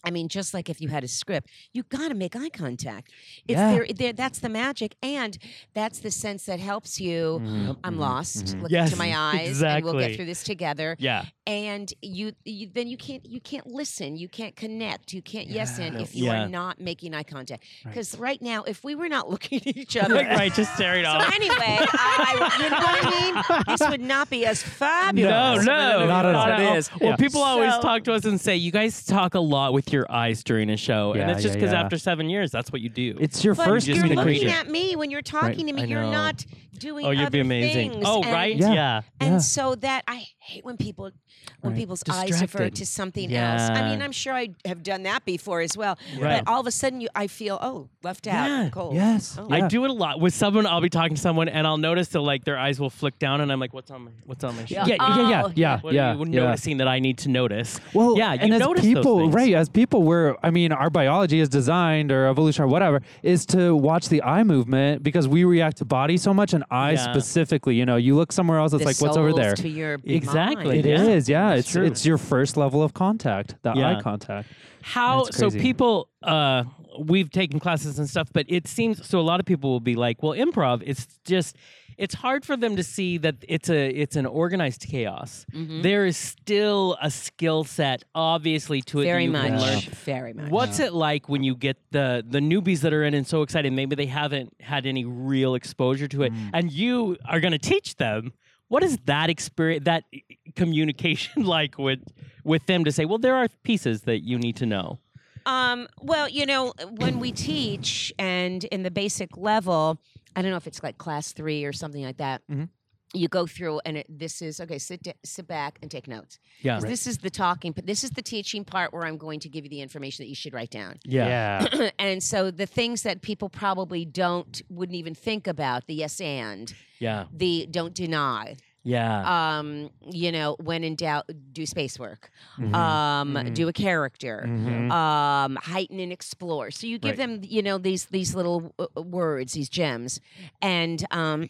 S6: I mean, just like if you had a script, you got to make eye contact. It's
S4: Yeah.
S6: there, there. That's the magic, and that's the sense that helps you.
S4: Mm-hmm.
S6: I'm lost. Look
S5: Mm-hmm. Yes, [LAUGHS]
S6: into my eyes, and we'll
S5: exactly.
S6: get through this together. [LAUGHS]
S5: Yeah.
S6: And you, you, then you can't, you can't listen. You can't connect. You can't yes and if you
S5: Yeah.
S6: are not making eye contact. Because right. now, if we were not [LAUGHS] looking at
S5: [LAUGHS]
S6: each other,
S5: Like, right, just staring
S6: So
S5: off.
S6: anyway,
S5: [LAUGHS]
S6: I, I- you know what I mean. This would not be as
S5: No,
S6: fabulous.
S5: no,
S4: Not at all. It is.
S5: Well,
S4: Yeah.
S5: people always
S6: So-
S5: talk to us and say, "You guys talk a lot with your eyes during a show," and
S4: Yeah,
S5: it's just
S4: yeah,
S5: because
S4: yeah.
S5: after seven years, that's what you do.
S4: It's your
S6: But
S4: first
S5: just
S6: you're
S5: been
S6: looking
S5: creative.
S6: at me when you're talking to
S5: I
S6: me. You're
S5: know.
S6: not doing.
S5: oh, you'd be
S6: other
S5: amazing.
S6: things.
S5: Oh,
S6: And-
S5: right?
S4: Yeah.
S6: And
S4: Yeah.
S6: so that I hate when people when
S4: Right.
S6: people's eyes divert
S5: Distracted.
S6: to something else.
S5: Yeah.
S6: I mean, I'm sure I have done that before as well.
S5: Right.
S6: But all of a sudden, you I feel oh left out,
S5: Yeah.
S6: cold.
S4: Yes.
S6: Oh.
S5: I do it a lot with someone. I'll be talking to someone, and I'll notice that like their eyes will flick down, and I'm like, "What's on my What's on my shirt?"
S4: Yeah, yeah, yeah, yeah,
S6: Oh,
S4: yeah,
S5: What
S4: yeah,
S5: are you
S4: yeah.
S5: noticing that I need to notice?
S4: Well,
S5: yeah, you
S4: and as
S5: notice those
S4: people,
S5: things.
S4: right? As people, we're I mean, our biology is designed or evolution or whatever is to watch the eye movement because we react to body so much and eyes
S5: Yeah.
S4: specifically. You know, you look somewhere else, it's
S6: The
S4: like what's over
S6: soles
S4: there.
S6: To your
S5: Exactly.
S4: It
S6: mind.
S4: is, yeah.
S5: Yeah. That's
S4: It's
S5: true.
S4: it's your first level of contact, that
S5: Yeah.
S4: eye contact.
S5: How
S4: That's
S5: so?
S4: crazy.
S5: People, uh, we've taken classes and stuff, but it seems so. A lot of people will be like, "Well, improv, it's just." It's hard for them to see that it's a it's an organized chaos.
S6: Mm-hmm.
S5: There is still a skill set, obviously, to it. that
S6: Very
S5: you can learn.
S6: much. Very much.
S5: What's it like when you get the the newbies that are in and so excited? Maybe they haven't had any real exposure to it, and you are going to teach them. What is that experience, that e-, communication [LAUGHS] like with with them to say? Well, there are pieces that you need to know.
S6: Um, well, you know, when we teach and in the basic level, I don't know if it's like class three or something like that.
S4: Mhm.
S6: You go through, and it, this is okay. Sit da- sit back and take notes.
S5: Yeah,
S6: 'Cause This is the talking, but this is the teaching part where I'm going to give you the information that you should write down. [LAUGHS]
S1: Yeah.
S6: and so the things that people probably don't wouldn't even think about the yes and
S5: yeah,
S6: the don't deny.
S5: yeah.
S6: Um, you know, when in doubt, do space work. Um, do a character [LAUGHS]
S4: Mhm.
S6: um, heighten and explore. So you give them, you know, these these little uh, uh, words, these gems, and um,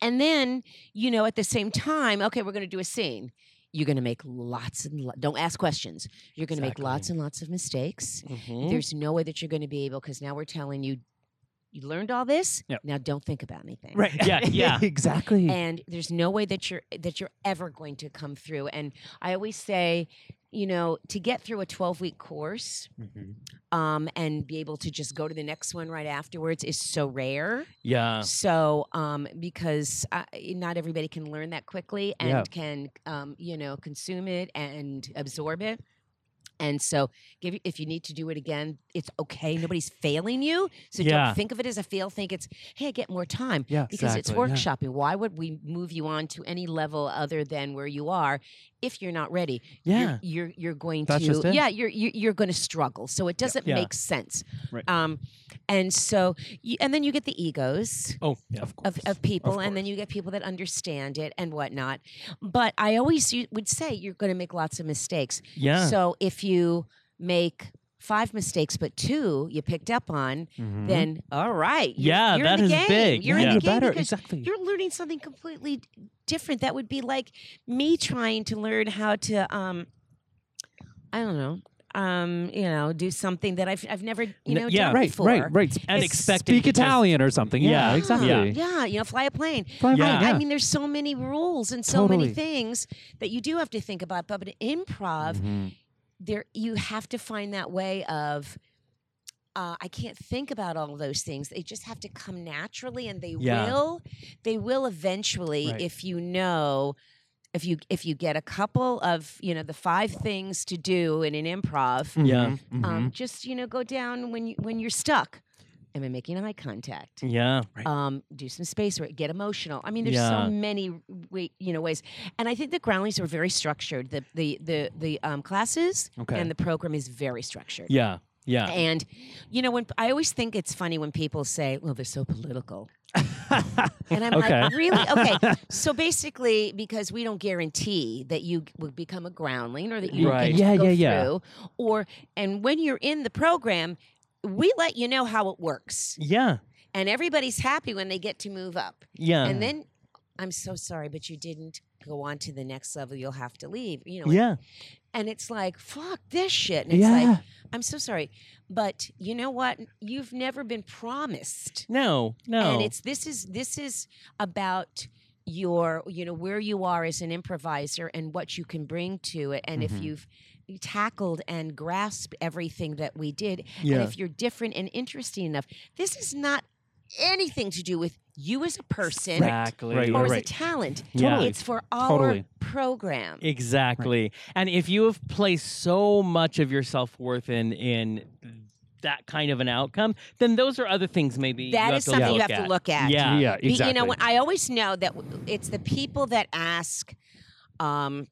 S6: and then you know at the same time, okay, we're going to do a scene. You're going to make lots and lo- don't ask questions. You're going to
S5: Exactly.
S6: make lots and lots of mistakes.
S3: Mm-hmm.
S2: Mm-hmm.
S5: Mhm.
S6: There's no way that you're going to be able because now we're telling you, you learned all this.
S4: Yep.
S6: Now don't think about anything [LAUGHS]
S5: Yeah, yeah.
S4: [LAUGHS] exactly.
S6: and there's no way that you're that you're ever going to come through and i always say you know to get through a 12 week course um, and be able to just go to the next one right afterwards is so rare
S5: yeah.
S6: so um, because uh, not everybody can learn that quickly and
S4: Yeah.
S6: can um, you know consume it and absorb it and so give you- if you need to do it again it's okay nobody's failing you so
S5: Yeah.
S6: don't think of it as a fail think it's hey I get more time
S4: Yeah, Mm-hmm.
S6: because
S5: exactly, yeah.
S6: it's workshopping why would we move you on to any level other than where you are if you're not ready You're-
S5: Yeah.
S6: you're you're, going
S4: That's
S6: to
S4: just it.
S6: yeah you're you're, you're going to struggle so it doesn't
S5: Yeah.
S6: make sense
S4: Right.
S6: um and so y- and then you get the egos
S5: Oh, yeah. of
S6: of, of people, and then you get people that understand it and whatnot. But I always u- would say you're going to make lots of mistakes.
S5: Yeah.
S6: So if you make five mistakes, but two you picked up on, then all right,
S5: Mm-hmm.
S6: you're-
S5: Yeah,
S6: you're
S5: that
S6: in the
S5: is
S6: game.
S5: big.
S6: You're
S5: Yeah.
S6: in
S5: You're
S6: the game
S4: better,
S6: because
S4: exactly.
S6: you're learning something completely d- different. That would be like me trying to learn how to, um, I don't know. Um, you know, do something that I've I've never you
S5: N-
S6: know
S5: yeah,
S6: done
S4: right,
S6: before.
S4: right, right.
S5: and
S6: It's
S5: expecting
S4: Speak
S5: to just-
S4: Italian or something. Yeah,
S5: Yeah.
S4: exactly.
S5: Yeah.
S6: Yeah, you know, fly a plane.
S4: Fly a
S5: Yeah.
S4: plane,
S6: I mean, there's so many rules and so
S4: Totally.
S6: many things that you do have to think about. But, but in improv,
S5: Mm-hmm.
S6: there you have to find that way of. Uh, I can't think about all of those things. They just have to come naturally, and they
S5: Yeah.
S6: will. They will eventually,
S4: Right.
S6: if you know, if you if you get a couple of you know the five things to do in an improv,
S5: Yeah.
S4: Mhm.
S6: um, just you know go down when you when you're stuck. Am I making eye contact?
S5: Yeah.
S6: um, do some space work, get emotional. I mean, there's
S5: Yeah.
S6: so many way, you know ways, and I think the groundlings are very structured. The the the the um, classes
S4: Okay.
S6: and the program is very structured.
S5: Yeah. Yeah.
S6: And you know, when I always think it's funny when people say, "Well, they're
S4: [LAUGHS]
S6: so political," and I'm like,
S4: Okay.
S6: "Really?
S4: [LAUGHS]
S6: Okay." So basically, because we don't guarantee that you would become a groundling or that you
S5: Right.
S6: get to
S4: Yeah,
S6: go
S4: yeah, yeah.
S6: through, or and when you're in the program, we let you know how it works,
S5: Yeah.
S6: and everybody's happy when they get to move up.
S5: Yeah.
S6: And then I'm so sorry, but you didn't go on to the next level. You'll have to leave. You know.
S5: yeah.
S6: and it's like fuck this shit and it's like i'm so sorry but you know what you've never been promised
S5: No, no.
S6: and it's this is this is about your you know where you are as an improviser and what you can bring to it and
S5: Mm-hmm.
S4: Mhm.
S6: if you've tackled and grasped everything that we did
S4: yeah.
S6: and if you're different and interesting enough this is not anything to do with you as a person
S5: exactly.
S4: Right,
S6: or
S4: right,
S6: as a
S4: right.
S6: talent
S5: Yeah. Totally.
S6: it's for our
S4: Totally.
S6: program
S5: Exactly. And if you have placed so much of your self worth in in that kind of an outcome, then those are other things maybe you
S6: that
S5: have
S6: is
S5: to
S6: something you
S5: look
S6: have
S5: at.
S6: to look at
S5: Yeah.
S4: yeah,
S6: Be-
S4: exactly.
S6: You know, when I always know that w- it's the people that ask, um,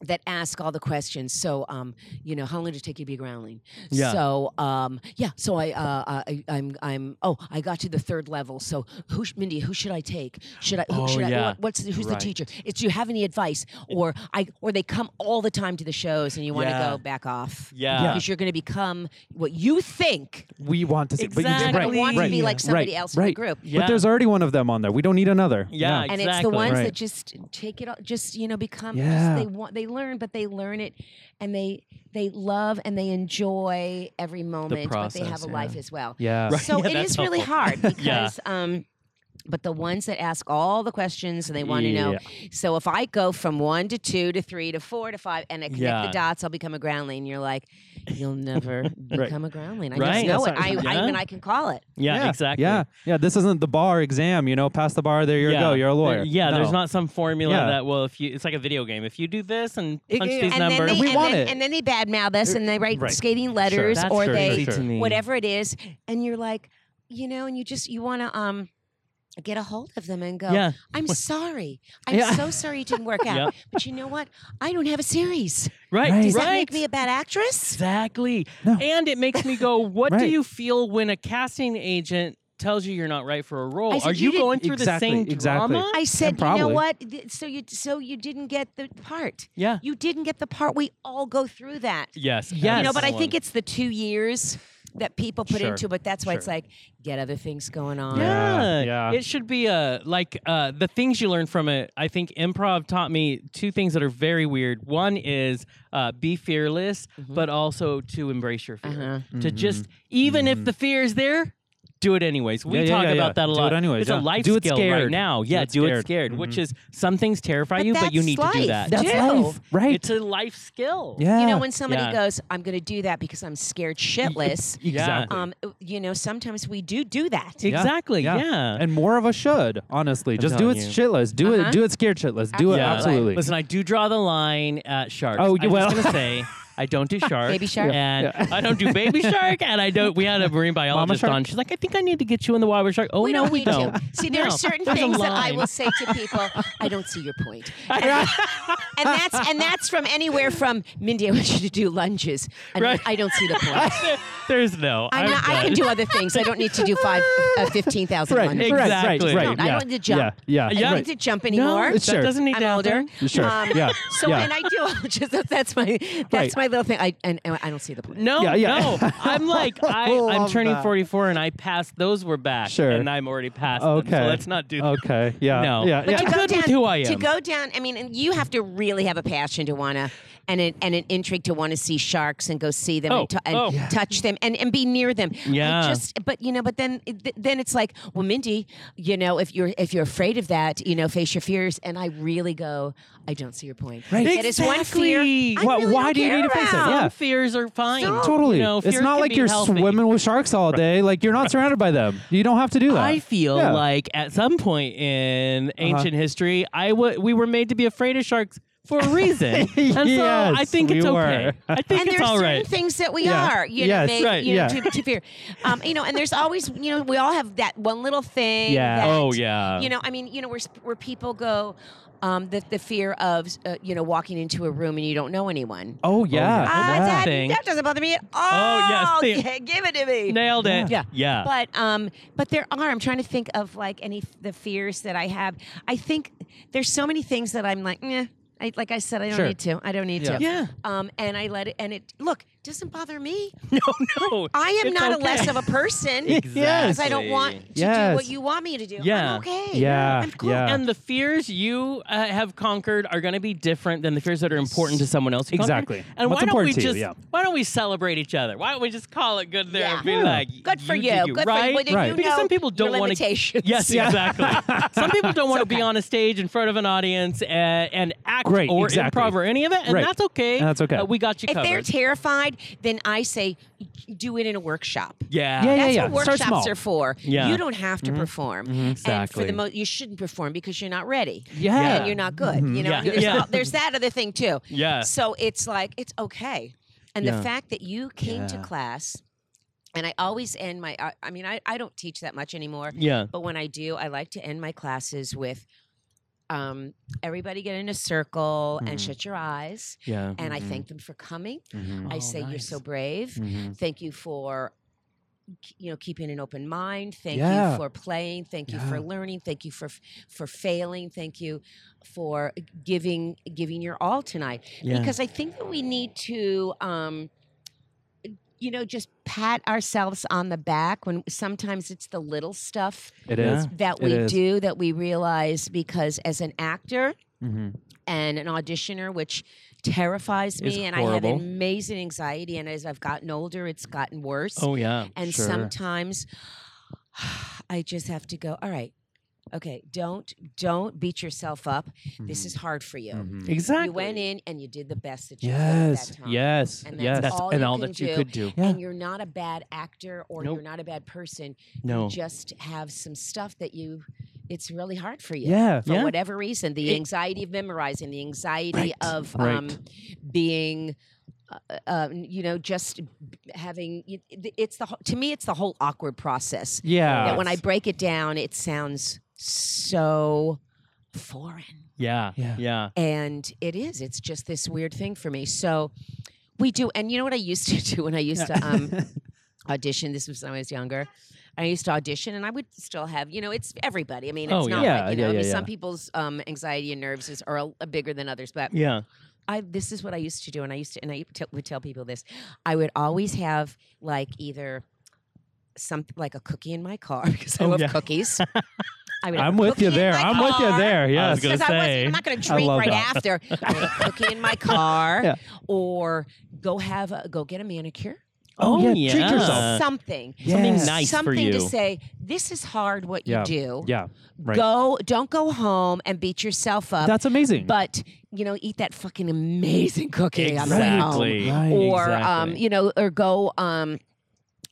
S6: that ask all the questions. So, um, you know, how long did it take you to be a groundling?
S5: Yeah.
S6: So, um, yeah. So I, uh, I, I'm, I'm. Oh, I got to the third level. So, who, sh- Mindy, who should I take? Should I? Who,
S5: Oh,
S6: should I,
S5: yeah.
S6: what- what's the, who's
S5: Right.
S6: the teacher? It's. Do you have any advice? Or I, or they come all the time to the shows, and you want to
S5: Yeah.
S6: go back off.
S5: Yeah.
S6: Because you're going to become what you think.
S4: we want to see,
S6: You're
S4: but
S6: going
S4: you,
S6: to
S5: Exactly.
S4: right,
S6: want
S4: right,
S6: to be like somebody
S4: right,
S6: else in the
S4: right.
S6: group.
S5: Yeah.
S4: But there's already one of them on there. We don't need another.
S5: yeah,
S6: and it's the ones
S4: Right.
S6: that just take it all- just you know become
S4: Yeah.
S6: just, they want they learn but they learn it and they they love and they enjoy every moment but they have
S5: process,
S6: a
S5: yeah.
S6: life as well
S4: Yeah.
S5: Right.
S6: so
S5: [LAUGHS] Yeah,
S6: it
S5: that's
S6: is really
S5: helpful. [LAUGHS]
S6: hard
S5: Yeah.
S6: because um but the ones that ask all the questions and they want to know so if i go from one to two to three to four to five and i connect
S5: Yeah.
S6: the dots i'll become a groundling you're like
S5: [LAUGHS]
S6: you'll never become a groundling i
S5: Right.
S6: just know
S4: That's
S6: it I,
S5: right.
S6: I,
S5: Yeah.
S6: and i can call it
S5: Yeah, exactly.
S4: Yeah, yeah. This isn't the bar exam. You know, pass the bar. There you
S5: yeah.
S4: go. You're a
S5: There-
S4: lawyer.
S5: Yeah, there's
S4: No.
S5: not some formula
S4: Yeah.
S5: that well, if you it's like a video game. If you do this and
S4: It-
S5: punch
S4: it-
S5: these
S6: and
S5: numbers,
S6: then they,
S4: We
S6: and
S4: want
S6: then,
S4: it.
S6: and then they badmouth us and they write
S4: Right.
S6: skating letters
S5: that's
S6: or
S5: crazy
S6: they
S5: to me.
S6: whatever it is and you're like you know and you just you want to um get a hold of them and go
S5: Yeah, [LAUGHS]
S6: i'm sorry i'm
S4: Yeah.
S6: so sorry it didn't work out
S5: Yep.
S6: but you know what i don't have a series
S5: right,
S4: Right.
S5: right.
S6: does that make me a bad actress
S5: Exactly.
S4: No.
S5: And it makes me go, what do
S4: Right.
S5: you feel when a casting agent tells you you're not right for a role?
S6: I said
S5: Are
S6: you
S5: you,
S6: didn't-
S5: going through
S4: Exactly,
S5: the same
S4: exactly.
S5: drama?
S6: i said you know
S4: probably.
S6: what Th- so you so you didn't get the part
S5: yeah.
S6: you didn't get the part we all go through that
S5: Yes.
S6: you
S5: Yes.
S6: know but i think it's the two years that people put
S4: Sure,
S6: into but that's why it's
S4: sure.
S6: like get other things going on
S4: Yeah,
S5: Yeah,
S4: yeah.
S5: It should be uh like uh the things you learn from it. I think improv taught me two things that are very weird. One is uh, be fearless,
S6: Mhm.
S5: but also to embrace your fear.
S6: Uh-huh.
S5: To
S4: Mhm.
S5: just even
S4: Mhm.
S5: if the fear is there, do it anyways. We
S4: Yeah, yeah,
S5: talk
S4: yeah, yeah.
S5: about that a
S4: Do it
S5: lot.
S4: anyways,
S5: it's
S4: yeah.
S5: a life
S4: Do it
S5: skill right
S4: scared.
S5: now.
S4: Do
S5: Yeah,
S4: it
S5: do
S4: scared.
S5: it
S4: Mm-hmm.
S5: scared. Which is some things terrify
S6: But
S5: you, but you
S6: that's
S5: need to
S6: life.
S5: do that.
S6: That's
S4: That's
S6: Jill.
S4: life, right?
S5: It's a life skill.
S4: yeah.
S6: You know, when somebody
S5: Yeah. E-,
S6: goes, I'm going to do that because I'm scared shitless.
S4: exactly.
S6: um, you know, sometimes we do do that.
S4: Yeah,
S5: Exactly.
S4: yeah.
S5: Yeah.
S4: and more of us should honestly
S5: I'm
S4: just do it
S5: telling you.
S4: shitless. Do
S6: Uh-huh.
S4: it. Do it scared shitless. Do it
S5: Yeah.
S4: absolutely.
S5: Listen, I do draw the line at sharks.
S4: Oh,
S5: I
S4: well.
S5: was gonna say I
S4: [LAUGHS]
S5: don't do sharks.
S6: Baby shark?
S5: And
S4: Yeah.
S5: I don't
S4: [LAUGHS]
S5: do baby shark. And I don't. We had a marine biologist
S4: shark.
S5: on. She's like, I think I need to get you in the wild with shark. Oh
S6: we
S5: no,
S6: don't
S5: we
S6: need
S5: don't.
S6: to. See, there are
S5: No,
S6: certain
S5: there's a
S6: things that I
S5: line.
S6: will say to people. I don't see your
S5: [LAUGHS]
S6: point, and, [LAUGHS] and that's and that's from anywhere from Mindy. I want you to do lunges, and
S5: Right.
S6: I don't see the point.
S5: [LAUGHS] There's no.
S6: I,
S5: I'm
S6: know, I can
S5: done.
S6: do other things. I don't need to do five, uh, fifteen thousand
S4: right,
S6: lunges.
S4: right,
S5: Exactly.
S4: right,
S6: No,
S4: right.
S6: I
S4: yeah.
S6: don't need to jump.
S4: Yeah,
S6: I
S4: yeah,
S6: don't
S4: right.
S6: need to jump
S5: No,
S6: anymore.
S5: that
S4: Sure.
S5: doesn't need
S6: I'm
S5: to
S6: older.
S5: happen.
S4: Sure.
S6: Um,
S4: yeah.
S6: So
S4: yeah.
S6: and I do. [LAUGHS] I'll Just that's my that's
S4: Right.
S6: my little thing. I and, and I don't see the point.
S5: No,
S4: Yeah, yeah.
S5: no.
S4: [LAUGHS]
S5: I'm like I, I'm
S4: Love
S5: turning
S4: that.
S5: 44 and I passed. Those were back.
S4: Sure.
S5: And I'm already past.
S4: okay.
S5: Them, so let's not do. that.
S4: Okay. Yeah.
S5: No.
S4: Yeah.
S5: But
S4: yeah.
S5: you- I'm good with who I
S6: To
S5: am.
S6: go down, I mean, and you have to really have a passion to want to, and an, and an intrigue to want to see sharks and go see them
S5: Oh,
S6: and, t- and
S5: oh. Yeah.
S6: touch them and, and be near them. I
S5: Yeah.
S6: just, but you know, but then it- then it's like, well, Mindy, you know, if you're if you're afraid of that, you know, face your fears. And I really go, I don't see your point.
S4: Right.
S6: That is one fear.
S5: Exactly.
S6: I
S4: Why-
S6: really
S4: why
S6: don't
S4: do you need to
S6: care
S4: face it?
S6: about.
S4: Yeah.
S5: Some fears are fine.
S4: Totally.
S5: You know,
S4: it's
S5: fear
S4: not
S5: can
S4: like
S5: be
S4: you're
S5: healthy.
S4: swimming with sharks all day. Like you're not surrounded by them. You don't have to do that.
S5: I feel
S4: Yeah. Uh-huh.
S5: like at some point in ancient history, I w- we were made to be afraid of sharks for
S4: [LAUGHS]
S5: a reason, and so I
S4: Yes,
S5: think
S4: we
S5: it's
S4: were.
S5: okay.
S4: [LAUGHS]
S5: I think
S6: and
S5: it's
S6: there's
S5: all
S6: certain
S5: right.
S6: things that we
S4: Yeah.
S6: are, you
S4: Yes.
S6: know, they,
S5: Right,
S6: you
S4: yeah.
S6: know, to, to fear. Um, you know, and there's always, you know, we all have that one little thing.
S4: Yeah.
S6: that,
S5: Oh, yeah.
S6: You know, I mean, you know, where sp- where people go, um, the the fear of, uh, you know, walking into a room and you don't know anyone.
S4: Oh yeah.
S5: yeah.
S6: Ah,
S5: that's a
S6: that,
S5: thing.
S6: that doesn't bother me at all.
S5: Oh, yes, they-
S6: [LAUGHS] Yeah, give it to me.
S5: Nailed it.
S6: Yeah.
S5: Yeah.
S6: But um, but there are. I'm trying to think of like any the fears that I have. I think there's so many things that I'm like, eh. I, like I said, I don't
S4: Sure.
S6: need to. I don't need
S4: Yeah.
S6: to.
S5: Yeah.
S6: Um, and I let it. And it look. doesn't bother me.
S5: No, no.
S6: I am
S5: It's
S6: not a
S5: okay.
S6: less of a person
S5: Exactly.
S6: because I don't want to do what
S4: Yes.
S6: you want me to do. I'm
S5: Yeah.
S6: okay.
S4: Yeah, [LAUGHS]
S6: I'm cool.
S4: yeah.
S5: And the fears you uh, have conquered are going to be different than the fears that are important to someone else. you conquered.
S4: Exactly.
S5: And
S4: What's
S5: why don't we
S4: important to you,
S5: just
S4: yeah.
S5: why don't we celebrate each other? Why don't we just call it good there
S6: Yeah.
S5: and be
S6: Yeah.
S5: like,
S6: Good for
S5: you,
S6: you.
S5: did
S6: Good for
S5: right?
S6: you. Well, then
S4: Right.
S6: you
S5: Because
S6: know
S5: some people don't
S6: your
S5: wanna-
S6: limitations.
S4: [LAUGHS]
S5: Yes, exactly. Some people don't want to be on a stage in front of an audience and, and act
S4: Great,
S5: or
S4: exactly.
S5: improv or any of it, and
S4: Right.
S5: that's okay.
S4: That's okay.
S5: Uh, we got you
S6: If
S5: covered.
S6: they're terrified, then I say do it in a workshop.
S5: yeah.
S4: Yeah, yeah.
S6: That's what
S4: Start
S6: workshops
S4: small.
S6: are for.
S5: Yeah. Mm-hmm.
S6: You don't have to perform. And for
S5: Exactly.
S6: the most, you shouldn't perform because you're not ready.
S4: Yeah.
S6: And you're not good. You
S5: Mm-hmm.
S6: know,
S5: Yeah.
S6: And there's,
S5: Yeah.
S6: all- there's that other thing too.
S5: Yeah.
S6: So it's like, it's okay. And
S5: Yeah.
S6: the fact that you came to
S4: Yeah.
S6: class, and I always end my, I, I mean, I, I don't teach that much anymore,
S5: Yeah.
S6: but when I do, I like to end my classes with, um, everybody get in a circle and
S4: Mhm.
S6: shut your eyes.
S5: Mm-hmm. Yeah. Mm-hmm.
S6: And I
S4: Mhm.
S6: thank them for coming.
S4: Mhm.
S6: I
S5: Oh,
S6: say you're so
S5: nice.
S6: brave.
S4: Mhm.
S6: Thank you for k- you know keeping an open mind. Thank
S4: Yeah.
S6: you for playing. Thank you for
S4: Yeah.
S6: learning. Thank you for f- for failing. Thank you for giving giving your all tonight.
S5: Yeah.
S6: Because I think that we need to um you know just pat ourselves on the back when sometimes it's the little stuff
S4: It is.
S6: that
S4: It
S6: we
S4: is.
S6: do that we realize because as an actor
S5: Mm-hmm.
S4: Mhm.
S6: and an auditioner, which terrifies
S5: It's
S6: me. And I
S5: horrible.
S6: have amazing anxiety. And as I've gotten older, it's gotten worse.
S5: Oh yeah.
S6: and
S4: sure.
S6: sometimes [SIGHS] I just have to go, all right, okay, don't don't beat yourself up. This
S4: Mhm.
S6: is hard for you.
S4: Mhm.
S5: Exactly.
S6: You went in and you did the best that you could
S4: Yes.
S6: at that time.
S4: Yes.
S6: And that's
S4: yes.
S5: That's
S6: all
S5: and
S6: you
S5: all
S6: can
S5: that you
S6: do.
S5: could do.
S4: Yeah.
S6: And you're not a bad actor or
S5: Nope.
S6: you're not a bad person.
S5: No.
S6: You just have some stuff that you it's really hard for you
S4: yeah.
S6: for
S5: Yeah.
S6: whatever reason the
S5: It-
S6: anxiety of memorizing the anxiety of
S4: right.
S6: um, being uh, uh, you know just b- having y- th- it's the whole- to me it's the whole awkward process
S4: Yeah.
S6: that when i break it down it sounds so foreign
S5: Yeah.
S4: Yeah.
S5: Yeah.
S6: and it is it's just this weird thing for me so we do and you know what i used to [LAUGHS] do when i used to
S5: [LAUGHS]
S6: um, audition this was when i was younger I used to audition, and I would still have, you know, it's everybody. I mean, it's
S5: Oh,
S6: not
S4: yeah.
S6: like you
S4: Yeah,
S6: know,
S4: yeah,
S6: I mean,
S4: yeah,
S6: some
S4: yeah.
S6: people's um, anxiety and nerves is are a- bigger than others. But
S5: Yeah.
S6: I, this is what I used to do, and I used to, and I t- would tell people this. I would always have like either some like a cookie in my car [LAUGHS] because I
S5: Oh,
S6: love
S5: yeah.
S4: [LAUGHS]
S6: cookies. I would. have
S4: I'm
S6: a
S4: with
S6: cookie
S4: you
S6: in
S4: there.
S6: my
S4: I'm with you
S6: car.
S4: there.
S5: I
S4: Yes.
S5: was gonna
S6: Because I wasn't,
S5: say.
S6: I'm not going to
S4: I
S6: drink
S4: love
S6: right
S4: that.
S6: after. I would cookie in my car,
S4: [LAUGHS] Yeah.
S6: or go have a, go get a manicure.
S4: Oh,
S5: Oh,
S4: yeah. Treat yourself.
S5: yeah.
S6: something,
S5: Something
S4: Yes.
S5: nice
S6: something
S5: for you.
S6: to say. This is hard. What
S4: Yeah.
S6: you do.
S4: Yeah. Right.
S6: Go. Don't go home and beat yourself up.
S4: That's amazing.
S6: but you know, eat that fucking amazing cookie on the way home
S5: Exactly.
S4: Right.
S6: or um,
S5: Exactly.
S6: you know, or go um,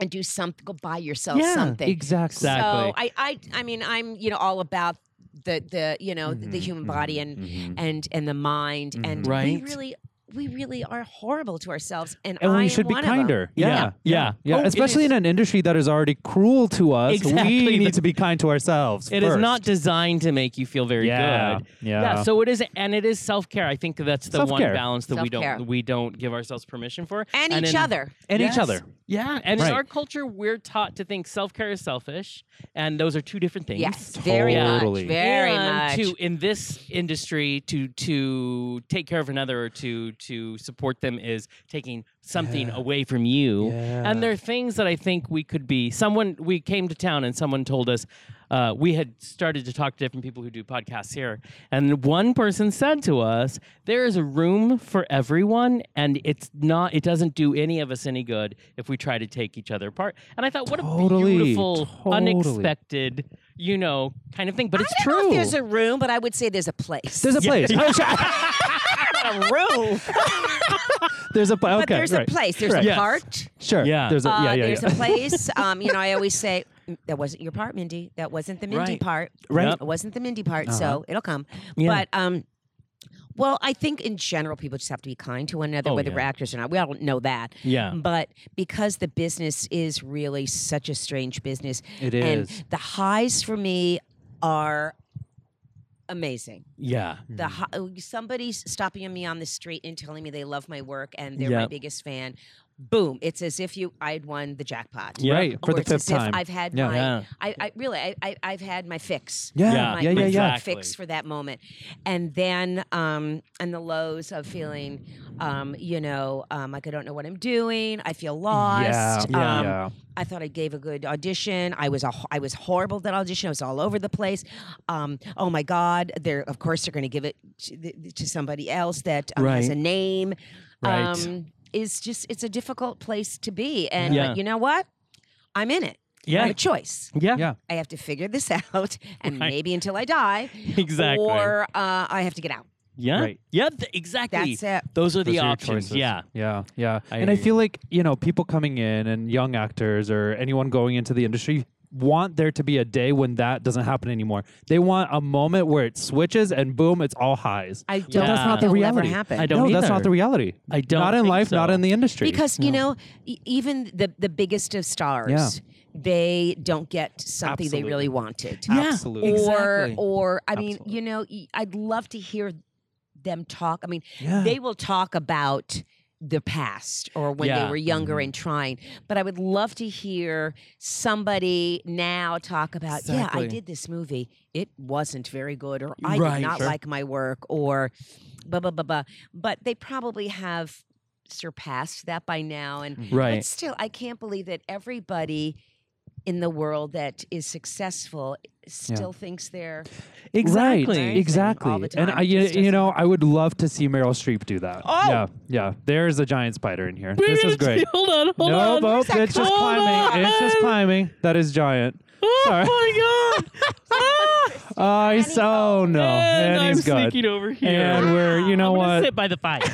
S6: and do something, go buy yourself
S4: yeah.
S6: something.
S4: Exactly.
S6: So
S5: Exactly.
S6: I, I, I mean, I'm you know all about the the you know
S5: Mm-hmm,
S6: the
S4: Mhm,
S6: human
S4: mhm,
S6: body and
S4: mhm.
S6: and and the mind and
S5: Right.
S6: we really we really are horrible to ourselves and,
S4: and
S6: I
S4: we
S6: am
S4: should be
S6: one of 'em.
S4: kinder.
S5: Yeah. Yeah.
S4: yeah, yeah.
S5: Oh, it
S4: Especially
S5: is-
S4: in an industry that is already cruel to us,
S5: Exactly.
S4: we
S5: The-
S4: need to be kind to ourselves.
S5: It is not designed to make you feel very
S4: Yeah.
S5: good.
S4: Yeah.
S5: So it is, and it is self care. I think that's the
S4: Self-care.
S5: one balance that we
S6: Self-care.
S5: don't we don't give ourselves permission for,
S6: and, each
S5: in-
S6: other.
S4: and
S5: Yes.
S4: each other.
S5: Yeah, and
S4: Right.
S5: in our culture, we're taught to think self care is selfish, and those are two different things.
S6: Yes, very
S4: Totally.
S6: much, very
S5: and
S6: much.
S5: to in this industry to to take care of another or to to support them is taking something
S4: Yeah.
S5: away from you
S4: Yeah.
S5: and there are things that i think we could be someone we came to town and someone told us uh, we had started to talk to different people who do podcasts here and one person said to us there is a room for everyone and it's not it doesn't do any of us any good if we try to take each other apart and i thought what
S4: Totally,
S5: a beautiful
S4: totally.
S5: unexpected you know kind of thing but it's
S6: I don't
S5: true
S6: know if there's a room, but I would say there's a place.
S4: There's a
S5: [LAUGHS]
S4: place. Oh, sure.
S5: room.
S4: there's a place.
S6: but
S4: Okay.
S6: there's
S4: right.
S6: a place. There's
S4: Right.
S6: a
S5: Yes.
S6: part.
S4: Sure.
S5: Yeah.
S4: There's a
S6: Uh,
S4: yeah yeah
S6: there's
S4: yeah. [LAUGHS]
S6: a place. Um, you know, I always say "Mm, that wasn't your part, Mindy. That wasn't the Mindy
S5: Right.
S6: part.
S4: Right.
S6: It wasn't the Mindy part. So it'll come.
S5: Yeah.
S6: But um, well, I think in general people just have to be kind to one another,
S5: Oh,
S6: whether
S5: yeah.
S6: we're actors or not. We all know that. [LAUGHS]
S5: Yeah.
S6: But because the business is really such a strange business,
S4: It
S6: and
S4: is.
S6: the highs for me are amazing.
S5: Yeah.
S6: The
S4: Mm-hmm.
S6: oh, hi- somebody stopping me on the street and telling me they love my work and they're my
S5: Yep.
S6: biggest fan boom, it's as if you I'd won the jackpot.
S5: Yeah.
S4: Right. For
S6: Or
S4: the
S6: it's as
S4: fifth
S6: if
S4: time.
S6: I've had
S4: Yeah.
S6: my
S5: Yeah.
S6: I, I really I, I I've had my fix.
S4: yeah.
S5: Yeah.
S4: Yeah.
S6: My,
S4: Yeah.
S6: my
S4: Yeah.
S5: exact-
S6: fix for that moment. And then um and the lows of feeling um, you know, um, like I don't know what I'm doing, I feel lost.
S4: Yeah.
S6: Um,
S4: yeah.
S6: I thought I gave a good audition. I was a, I was horrible at that audition. I was all over the place. Um, oh my God! They're of course they're going to give it to, th- to somebody else that um, has
S4: Right.
S6: a name.
S5: Right.
S6: Um, is just it's a difficult place to be, and
S5: Yeah.
S6: but you know what? I'm in it. I
S5: Yeah.
S6: have a choice.
S5: Yeah.
S4: Yeah.
S6: I have to figure this [LAUGHS] out, and
S5: Right.
S6: maybe until I die,
S5: Exactly.
S6: or uh, I have to get out.
S5: yeah.
S4: Right.
S5: Yeah. th- exactly.
S6: That's it.
S5: Those are the
S4: Those are your
S5: options.
S4: choices.
S5: Yeah.
S4: Yeah, yeah.
S5: I
S4: and I
S5: hear you.
S4: feel like, you know, people coming in and young actors or anyone going into the industry want there to be a day when that doesn't happen anymore. They want a moment where it switches and boom, it's all highs.
S6: I don't.
S5: that's not
S4: the
S6: it'll never
S4: reality.
S6: happen.
S5: I don't
S4: no, that's not
S5: either.
S4: the reality.
S5: I don't
S4: Not in
S5: think
S4: life, not
S5: so.
S4: in the industry.
S6: Because you know, e- even the the biggest of stars,
S4: Yeah.
S6: they don't get something they really wanted.
S5: Yeah.
S4: Absolutely.
S5: Exactly.
S6: Or, or I mean,
S5: Absolutely.
S6: you know, y- I'd love to hear them talk. I mean,
S4: yeah.
S6: they will talk about their past or when
S5: Yeah. Mm-hmm.
S6: they were younger and trying, but I would love to hear somebody now talk about, yeah,
S5: Exactly.
S6: I did this movie. It wasn't very good, or I
S5: Right.
S6: did not
S5: Sure.
S6: like my work, or blah, blah, blah, blah. But they probably have surpassed that by now. And but
S5: Right.
S6: still, I can't believe that everybody in the world that is successful eh, still thinks
S4: [LAUGHS]
S6: they're.
S5: Exactly.
S4: Right, exactly.
S6: All the
S4: And
S6: time.
S4: I, you,
S6: It's
S4: you
S6: just-
S4: know, I would love to see Meryl Streep do that.
S5: Oh!
S4: Yeah, yeah. There's a giant spider in here.
S5: Wait,
S4: this is
S5: wait,
S4: great.
S5: Hold on. [LAUGHS] Hold
S4: no,
S5: on.
S4: Bo, it's
S6: that
S4: just
S5: come
S4: climbing. It's just
S5: on?
S4: climbing. That is giant.
S5: Oh
S4: Sorry.
S5: my god. [LAUGHS] Ah!
S4: Oh, he's, oh no, and,
S5: and I'm
S4: he's good.
S5: sneaking over here.
S4: And we're, you know
S5: I'm gonna
S4: what?
S5: Sit by the fire. [LAUGHS]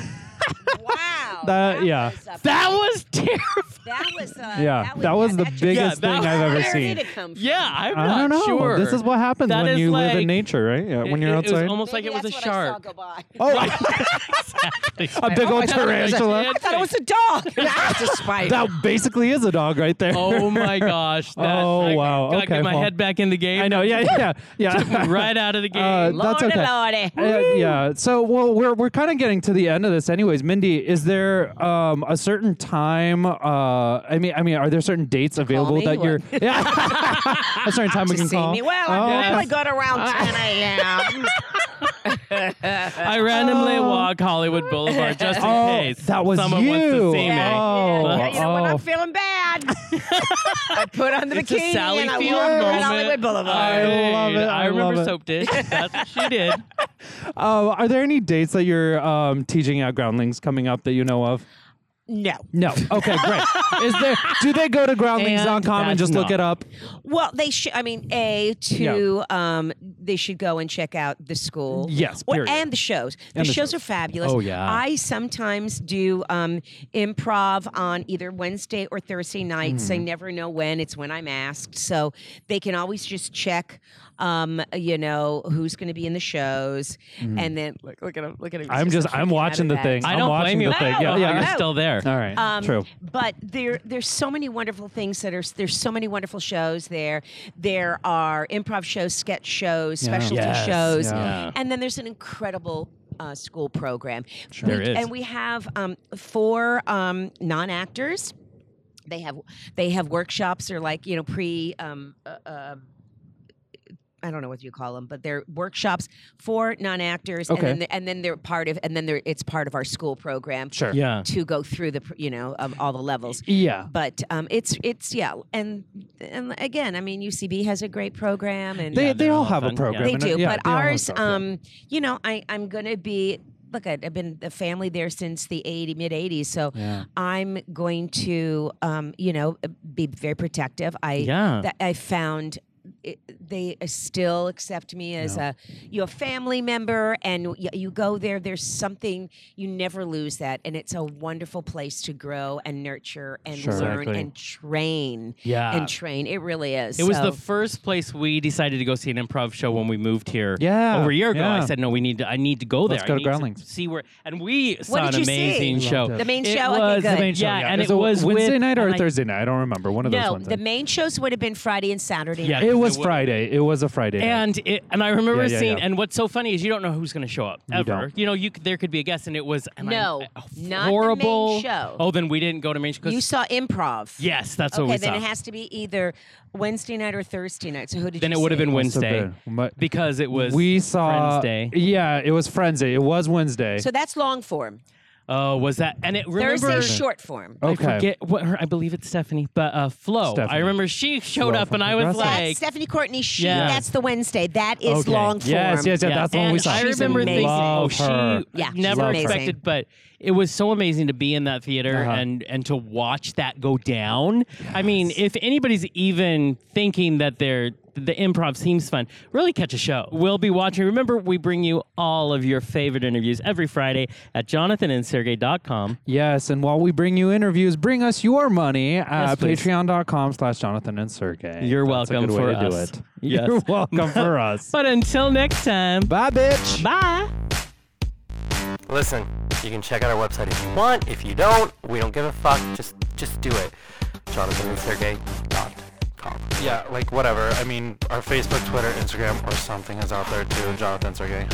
S6: Wow.
S4: That- yeah.
S6: was a-
S5: that was terrible.
S6: That was. Uh,
S4: yeah, that was the biggest
S5: Yeah, that
S4: thing
S5: was-
S4: I've ever
S6: Where did
S4: seen.
S6: it come from?
S5: Yeah, I'm
S4: I
S5: not
S4: don't know.
S5: sure.
S4: This is what happens
S5: That
S4: when
S5: is
S4: you live
S5: like-
S4: in nature, right? Yeah, when you're
S5: it, It
S4: outside.
S5: was almost
S6: Maybe
S5: like it was a
S6: that's what I saw
S5: shark. [LAUGHS]
S4: [LAUGHS]
S6: go by.
S4: Oh, a big old tarantula.
S6: I thought it was a [LAUGHS] dog. That's a spider.
S4: That basically is a dog right there.
S5: [LAUGHS] Oh my gosh! That,
S4: Oh,
S5: I
S4: wow,
S5: Gotta
S4: okay,
S5: get my
S4: well.
S5: head back in the
S4: [LAUGHS]
S5: game.
S4: I know. Yeah, yeah,
S5: [LAUGHS]
S4: yeah.
S5: right out of the game.
S4: Uh, that's
S6: Lordy,
S4: okay.
S6: lordy.
S4: [LAUGHS] Uh, yeah. So, well, we're we're kind of getting to the end of this, anyways. Mindy, is there um, a certain time? Uh, I mean, I mean, are there certain dates available
S6: me
S4: that you're? [LAUGHS] Yeah. a
S5: [LAUGHS]
S4: certain
S6: [LAUGHS]
S4: time we
S6: To
S4: can
S6: see
S4: call.
S6: me. Well,
S4: Oh,
S6: I'm
S4: okay.
S6: normally
S4: [LAUGHS]
S6: good around 10 a.m.
S5: I randomly
S4: oh.
S5: walk Hollywood Boulevard just in
S4: [LAUGHS] Oh,
S5: case
S4: that was
S5: someone
S4: you.
S5: wants to see me.
S4: Oh,
S6: Yeah, you know, when
S4: oh.
S6: I'm
S4: [LAUGHS]
S6: feeling bad, [LAUGHS] I put on the
S5: It's a
S6: bikini
S5: Sally
S6: and I
S5: Field
S6: walk around
S5: moment.
S6: Hollywood Boulevard.
S4: I love it, I
S5: I, remember
S4: love it.
S5: Soap Dish. That's what
S4: [LAUGHS]
S5: she did.
S4: Uh, are there any dates that you're um, teaching at Groundlings coming up that you know of?
S6: no.
S4: No. Okay, great. Is there? Do they go to groundlings.com and,
S5: that's
S4: just look
S5: not-
S4: it up?
S6: Well, they should. I mean, a to um, they should go and check out the school.
S4: Yes,
S6: Or-
S4: period.
S6: and the shows. The,
S4: And the
S6: shows,
S4: shows.
S6: are fabulous.
S5: Oh, yeah.
S6: I sometimes do um, improv on either Wednesday or Thursday nights.
S4: Hmm.
S6: I never know when. It's when I'm asked, so they can always just check. Um, you know who's going to be in the shows, and then look, look at him. Look at him. he's
S4: Hmm. I'm just.
S6: like
S4: I'm
S6: kicking out
S4: watching
S6: of
S4: the
S6: bed.
S4: thing.
S5: I
S4: I'm
S5: don't
S4: watching
S5: blame you.
S4: the thing. Yeah,
S5: No,
S4: yeah.
S5: You're
S6: no.
S5: still there.
S4: All right.
S6: Um,
S4: True.
S6: But there, there's so many wonderful things that are. There's so many wonderful shows there. There are improv shows, sketch shows, specialty
S4: Yes,
S6: shows,
S5: yeah.
S6: and then there's an incredible. Uh, school program,
S5: Sure.
S6: We-
S5: There is.
S6: and we have um, four um, non-actors. They have they have workshops or like you know pre um, uh, uh, I don't know what you call them, but they're workshops for non-actors,
S4: Okay.
S6: and, then, and then they're part of and then they're it's part of our school program
S4: Sure.
S5: Yeah.
S6: to go through the pr- you know um, all the levels.
S4: Yeah.
S6: But um, it's it's yeah, and and again, I mean UCB has a great program, and
S4: They
S5: Yeah,
S4: they
S5: they're
S4: all
S5: all
S4: have a
S5: fun.
S4: program.
S6: they
S4: and,
S6: do.
S4: yeah,
S6: but
S4: they all have a
S6: ours,
S4: program.
S6: um, you know, I I'm gonna be look, I- I've been a family there since the '80 mid '80s, so
S4: Yeah.
S6: I'm going to um, you know be very protective. I
S5: Yeah.
S6: that I found it, they uh, still accept me as a your family member, and you, you go there. There's something you never lose that, and it's a wonderful place to grow and nurture and
S4: Sure.
S6: learn
S4: Exactly.
S6: and train
S5: Yeah.
S6: and train. It really is.
S5: It was
S6: So-
S5: the first place we decided to go see an improv show when we moved here.
S4: Yeah,
S5: over a year ago, I
S4: yeah.
S5: said no, we need to. I need to go there.
S4: Let's go to
S5: I need
S4: Groundlings."
S5: see where, and we saw
S6: did
S5: an
S6: you see?
S5: amazing
S4: Loved
S5: show.
S4: it.
S6: the main
S5: It
S6: show.
S5: was
S6: I
S5: the
S6: think good.
S5: main show,
S4: yeah,
S5: yeah.
S4: and
S5: It's
S4: it
S5: a
S4: was Wednesday
S5: with-
S4: night or
S5: and I-
S4: Thursday night. I don't remember. One of those
S6: No,
S4: ones.
S6: the main shows would have been Friday and Saturday.
S5: Yeah.
S6: night.
S4: it was
S5: It would-
S4: Friday. Friday. It was a Friday. night.
S5: And it, and I remember
S4: Yeah, yeah,
S5: seeing.
S4: yeah.
S5: And what's so funny is you don't know who's going to show up
S4: You
S5: ever. You,
S4: don't.
S5: know, you c- there could be a guest, and it was and I-
S6: No,
S5: a
S6: not the main
S5: horrible
S6: show.
S5: Oh, then we didn't go to main show. 'cause-
S6: You saw improv.
S5: yes, that's
S6: okay,
S5: what we
S6: then
S5: saw.
S6: it has to be either Wednesday night or Thursday night. So who did
S5: then
S6: you
S5: it would have
S6: see?
S5: been
S4: Must have
S5: Wednesday
S4: been. Mu-
S5: because it was
S4: we saw
S5: Wednesday.
S4: Yeah, it was Friends Day. It was Wednesday.
S6: So that's long form.
S5: Oh, was that? And it remember. Oh,
S6: Thursday short form.
S5: I
S4: Okay.
S5: forget what her. I believe it's Stephanie, but uh, Flo. I
S4: Stephanie.
S5: remember she showed
S4: Flo
S5: up,
S4: from
S5: and I was
S4: Progressive.
S5: like,
S6: That's Stephanie Courtney. She,
S5: Yeah.
S6: That's the Wednesday. That is
S4: Okay.
S6: long form.
S4: Yes, yes, yes.
S5: Yeah,
S4: That's the one
S5: and
S4: we saw.
S5: I
S6: She's
S5: remember thinking, oh,
S4: Love
S5: she
S4: her.
S6: Yeah, she's
S5: never
S6: amazing.
S5: expected, but it was so amazing to be in that theater
S4: Uh-huh.
S5: and and to watch that go down. I mean, if anybody's even thinking that they're the improv seems fun. Really catch a show. We'll be watching. Remember, we bring you all of your favorite interviews every Friday at jonathanandsergey.com.
S4: Yes, and while we bring you interviews, bring us your money at
S5: please.
S4: patreon.com slash Jonathan and Sergey.
S5: You're
S4: That's
S5: welcome
S4: a good
S5: for
S4: way to
S5: us.
S4: do it. [LAUGHS]
S5: Yes.
S4: You're welcome for us.
S5: But until next time,
S4: Bye, bitch.
S5: bye.
S2: Listen, you can check out our website if you want. If you don't, we don't give a fuck. Just just do it. JonathanandSergey.com.
S1: Yeah, like whatever. I mean, our Facebook, Twitter, Instagram, or something is out there too. Jonathan Sergey.